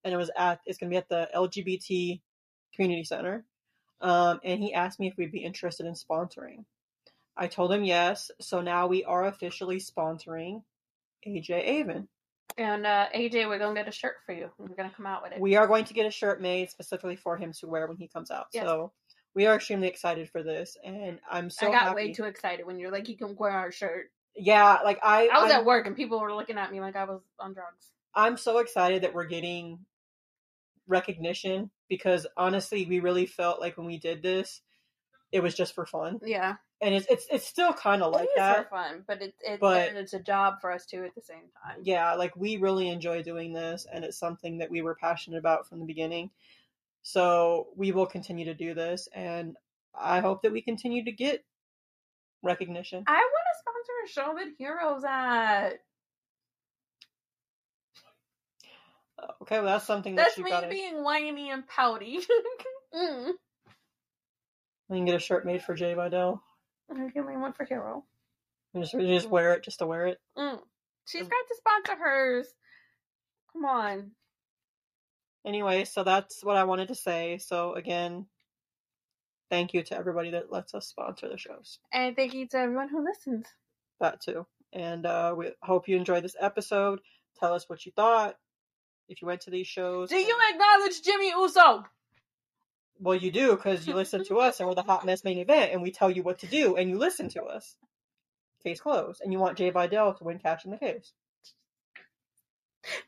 S2: and it was at it's going to be at the LGBT Community Center. Um, and he asked me if we'd be interested in sponsoring. I told him yes. So now we are officially sponsoring AJ Avon.
S1: And uh, AJ, we're gonna get a shirt for you. We're gonna come out with it.
S2: We are going to get a shirt made specifically for him to wear when he comes out.
S1: Yes.
S2: So we are extremely excited for this, and I'm so
S1: I got
S2: happy.
S1: way too excited when you're like, you can wear our shirt.
S2: yeah, like I,
S1: I was
S2: I'm,
S1: at work and people were looking at me like I was on drugs.
S2: I'm so excited that we're getting recognition because honestly, we really felt like when we did this, it was just for fun,
S1: Yeah,
S2: and it's it's it's still kind of like
S1: it is
S2: that.
S1: for fun, but it's it,
S2: But-
S1: and it's a job for us too at the same time.
S2: Yeah, like we really enjoy doing this, and it's something that we were passionate about from the beginning. So we will continue to do this, and I hope that we continue to get recognition.
S1: I want to sponsor a show that Heroes at.
S2: Okay, well, that's something
S1: That's
S2: that you
S1: me
S2: gotta.
S1: being whiny and pouty. mm.
S2: We can get a shirt made for Jay Vidal.
S1: I'm giving one for Hero.
S2: You just, you just wear it, just to wear it.
S1: Mm. She's
S2: Um,
S1: got to sponsor hers. Come on.
S2: Anyway, so that's what I wanted to say. So again, thank you to everybody that lets us sponsor the shows.
S1: And thank you to everyone who listens.
S2: That too. And uh, we hope you enjoyed this episode. Tell us what you thought. If you went to these shows,
S1: Do you acknowledge Jimmy Uso?
S2: Well, you do because you listen to us, and we're the Hot Mess Main Event, and we tell you what to do, and you listen to us. Case closed, and you want Jay Vidal to win Catch in the Case.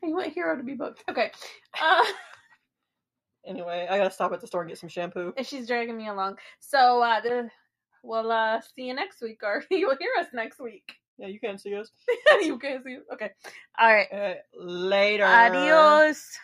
S1: And you want Hero to be booked. Okay. Uh,
S2: Anyway, I gotta stop at the store and get some shampoo.
S1: and she's dragging me along. So uh, the, we'll uh, see you next week, or you'll hear us next week.
S2: Yeah, you can see us.
S1: you guys, okay. All right.
S2: Uh, later.
S1: Adios.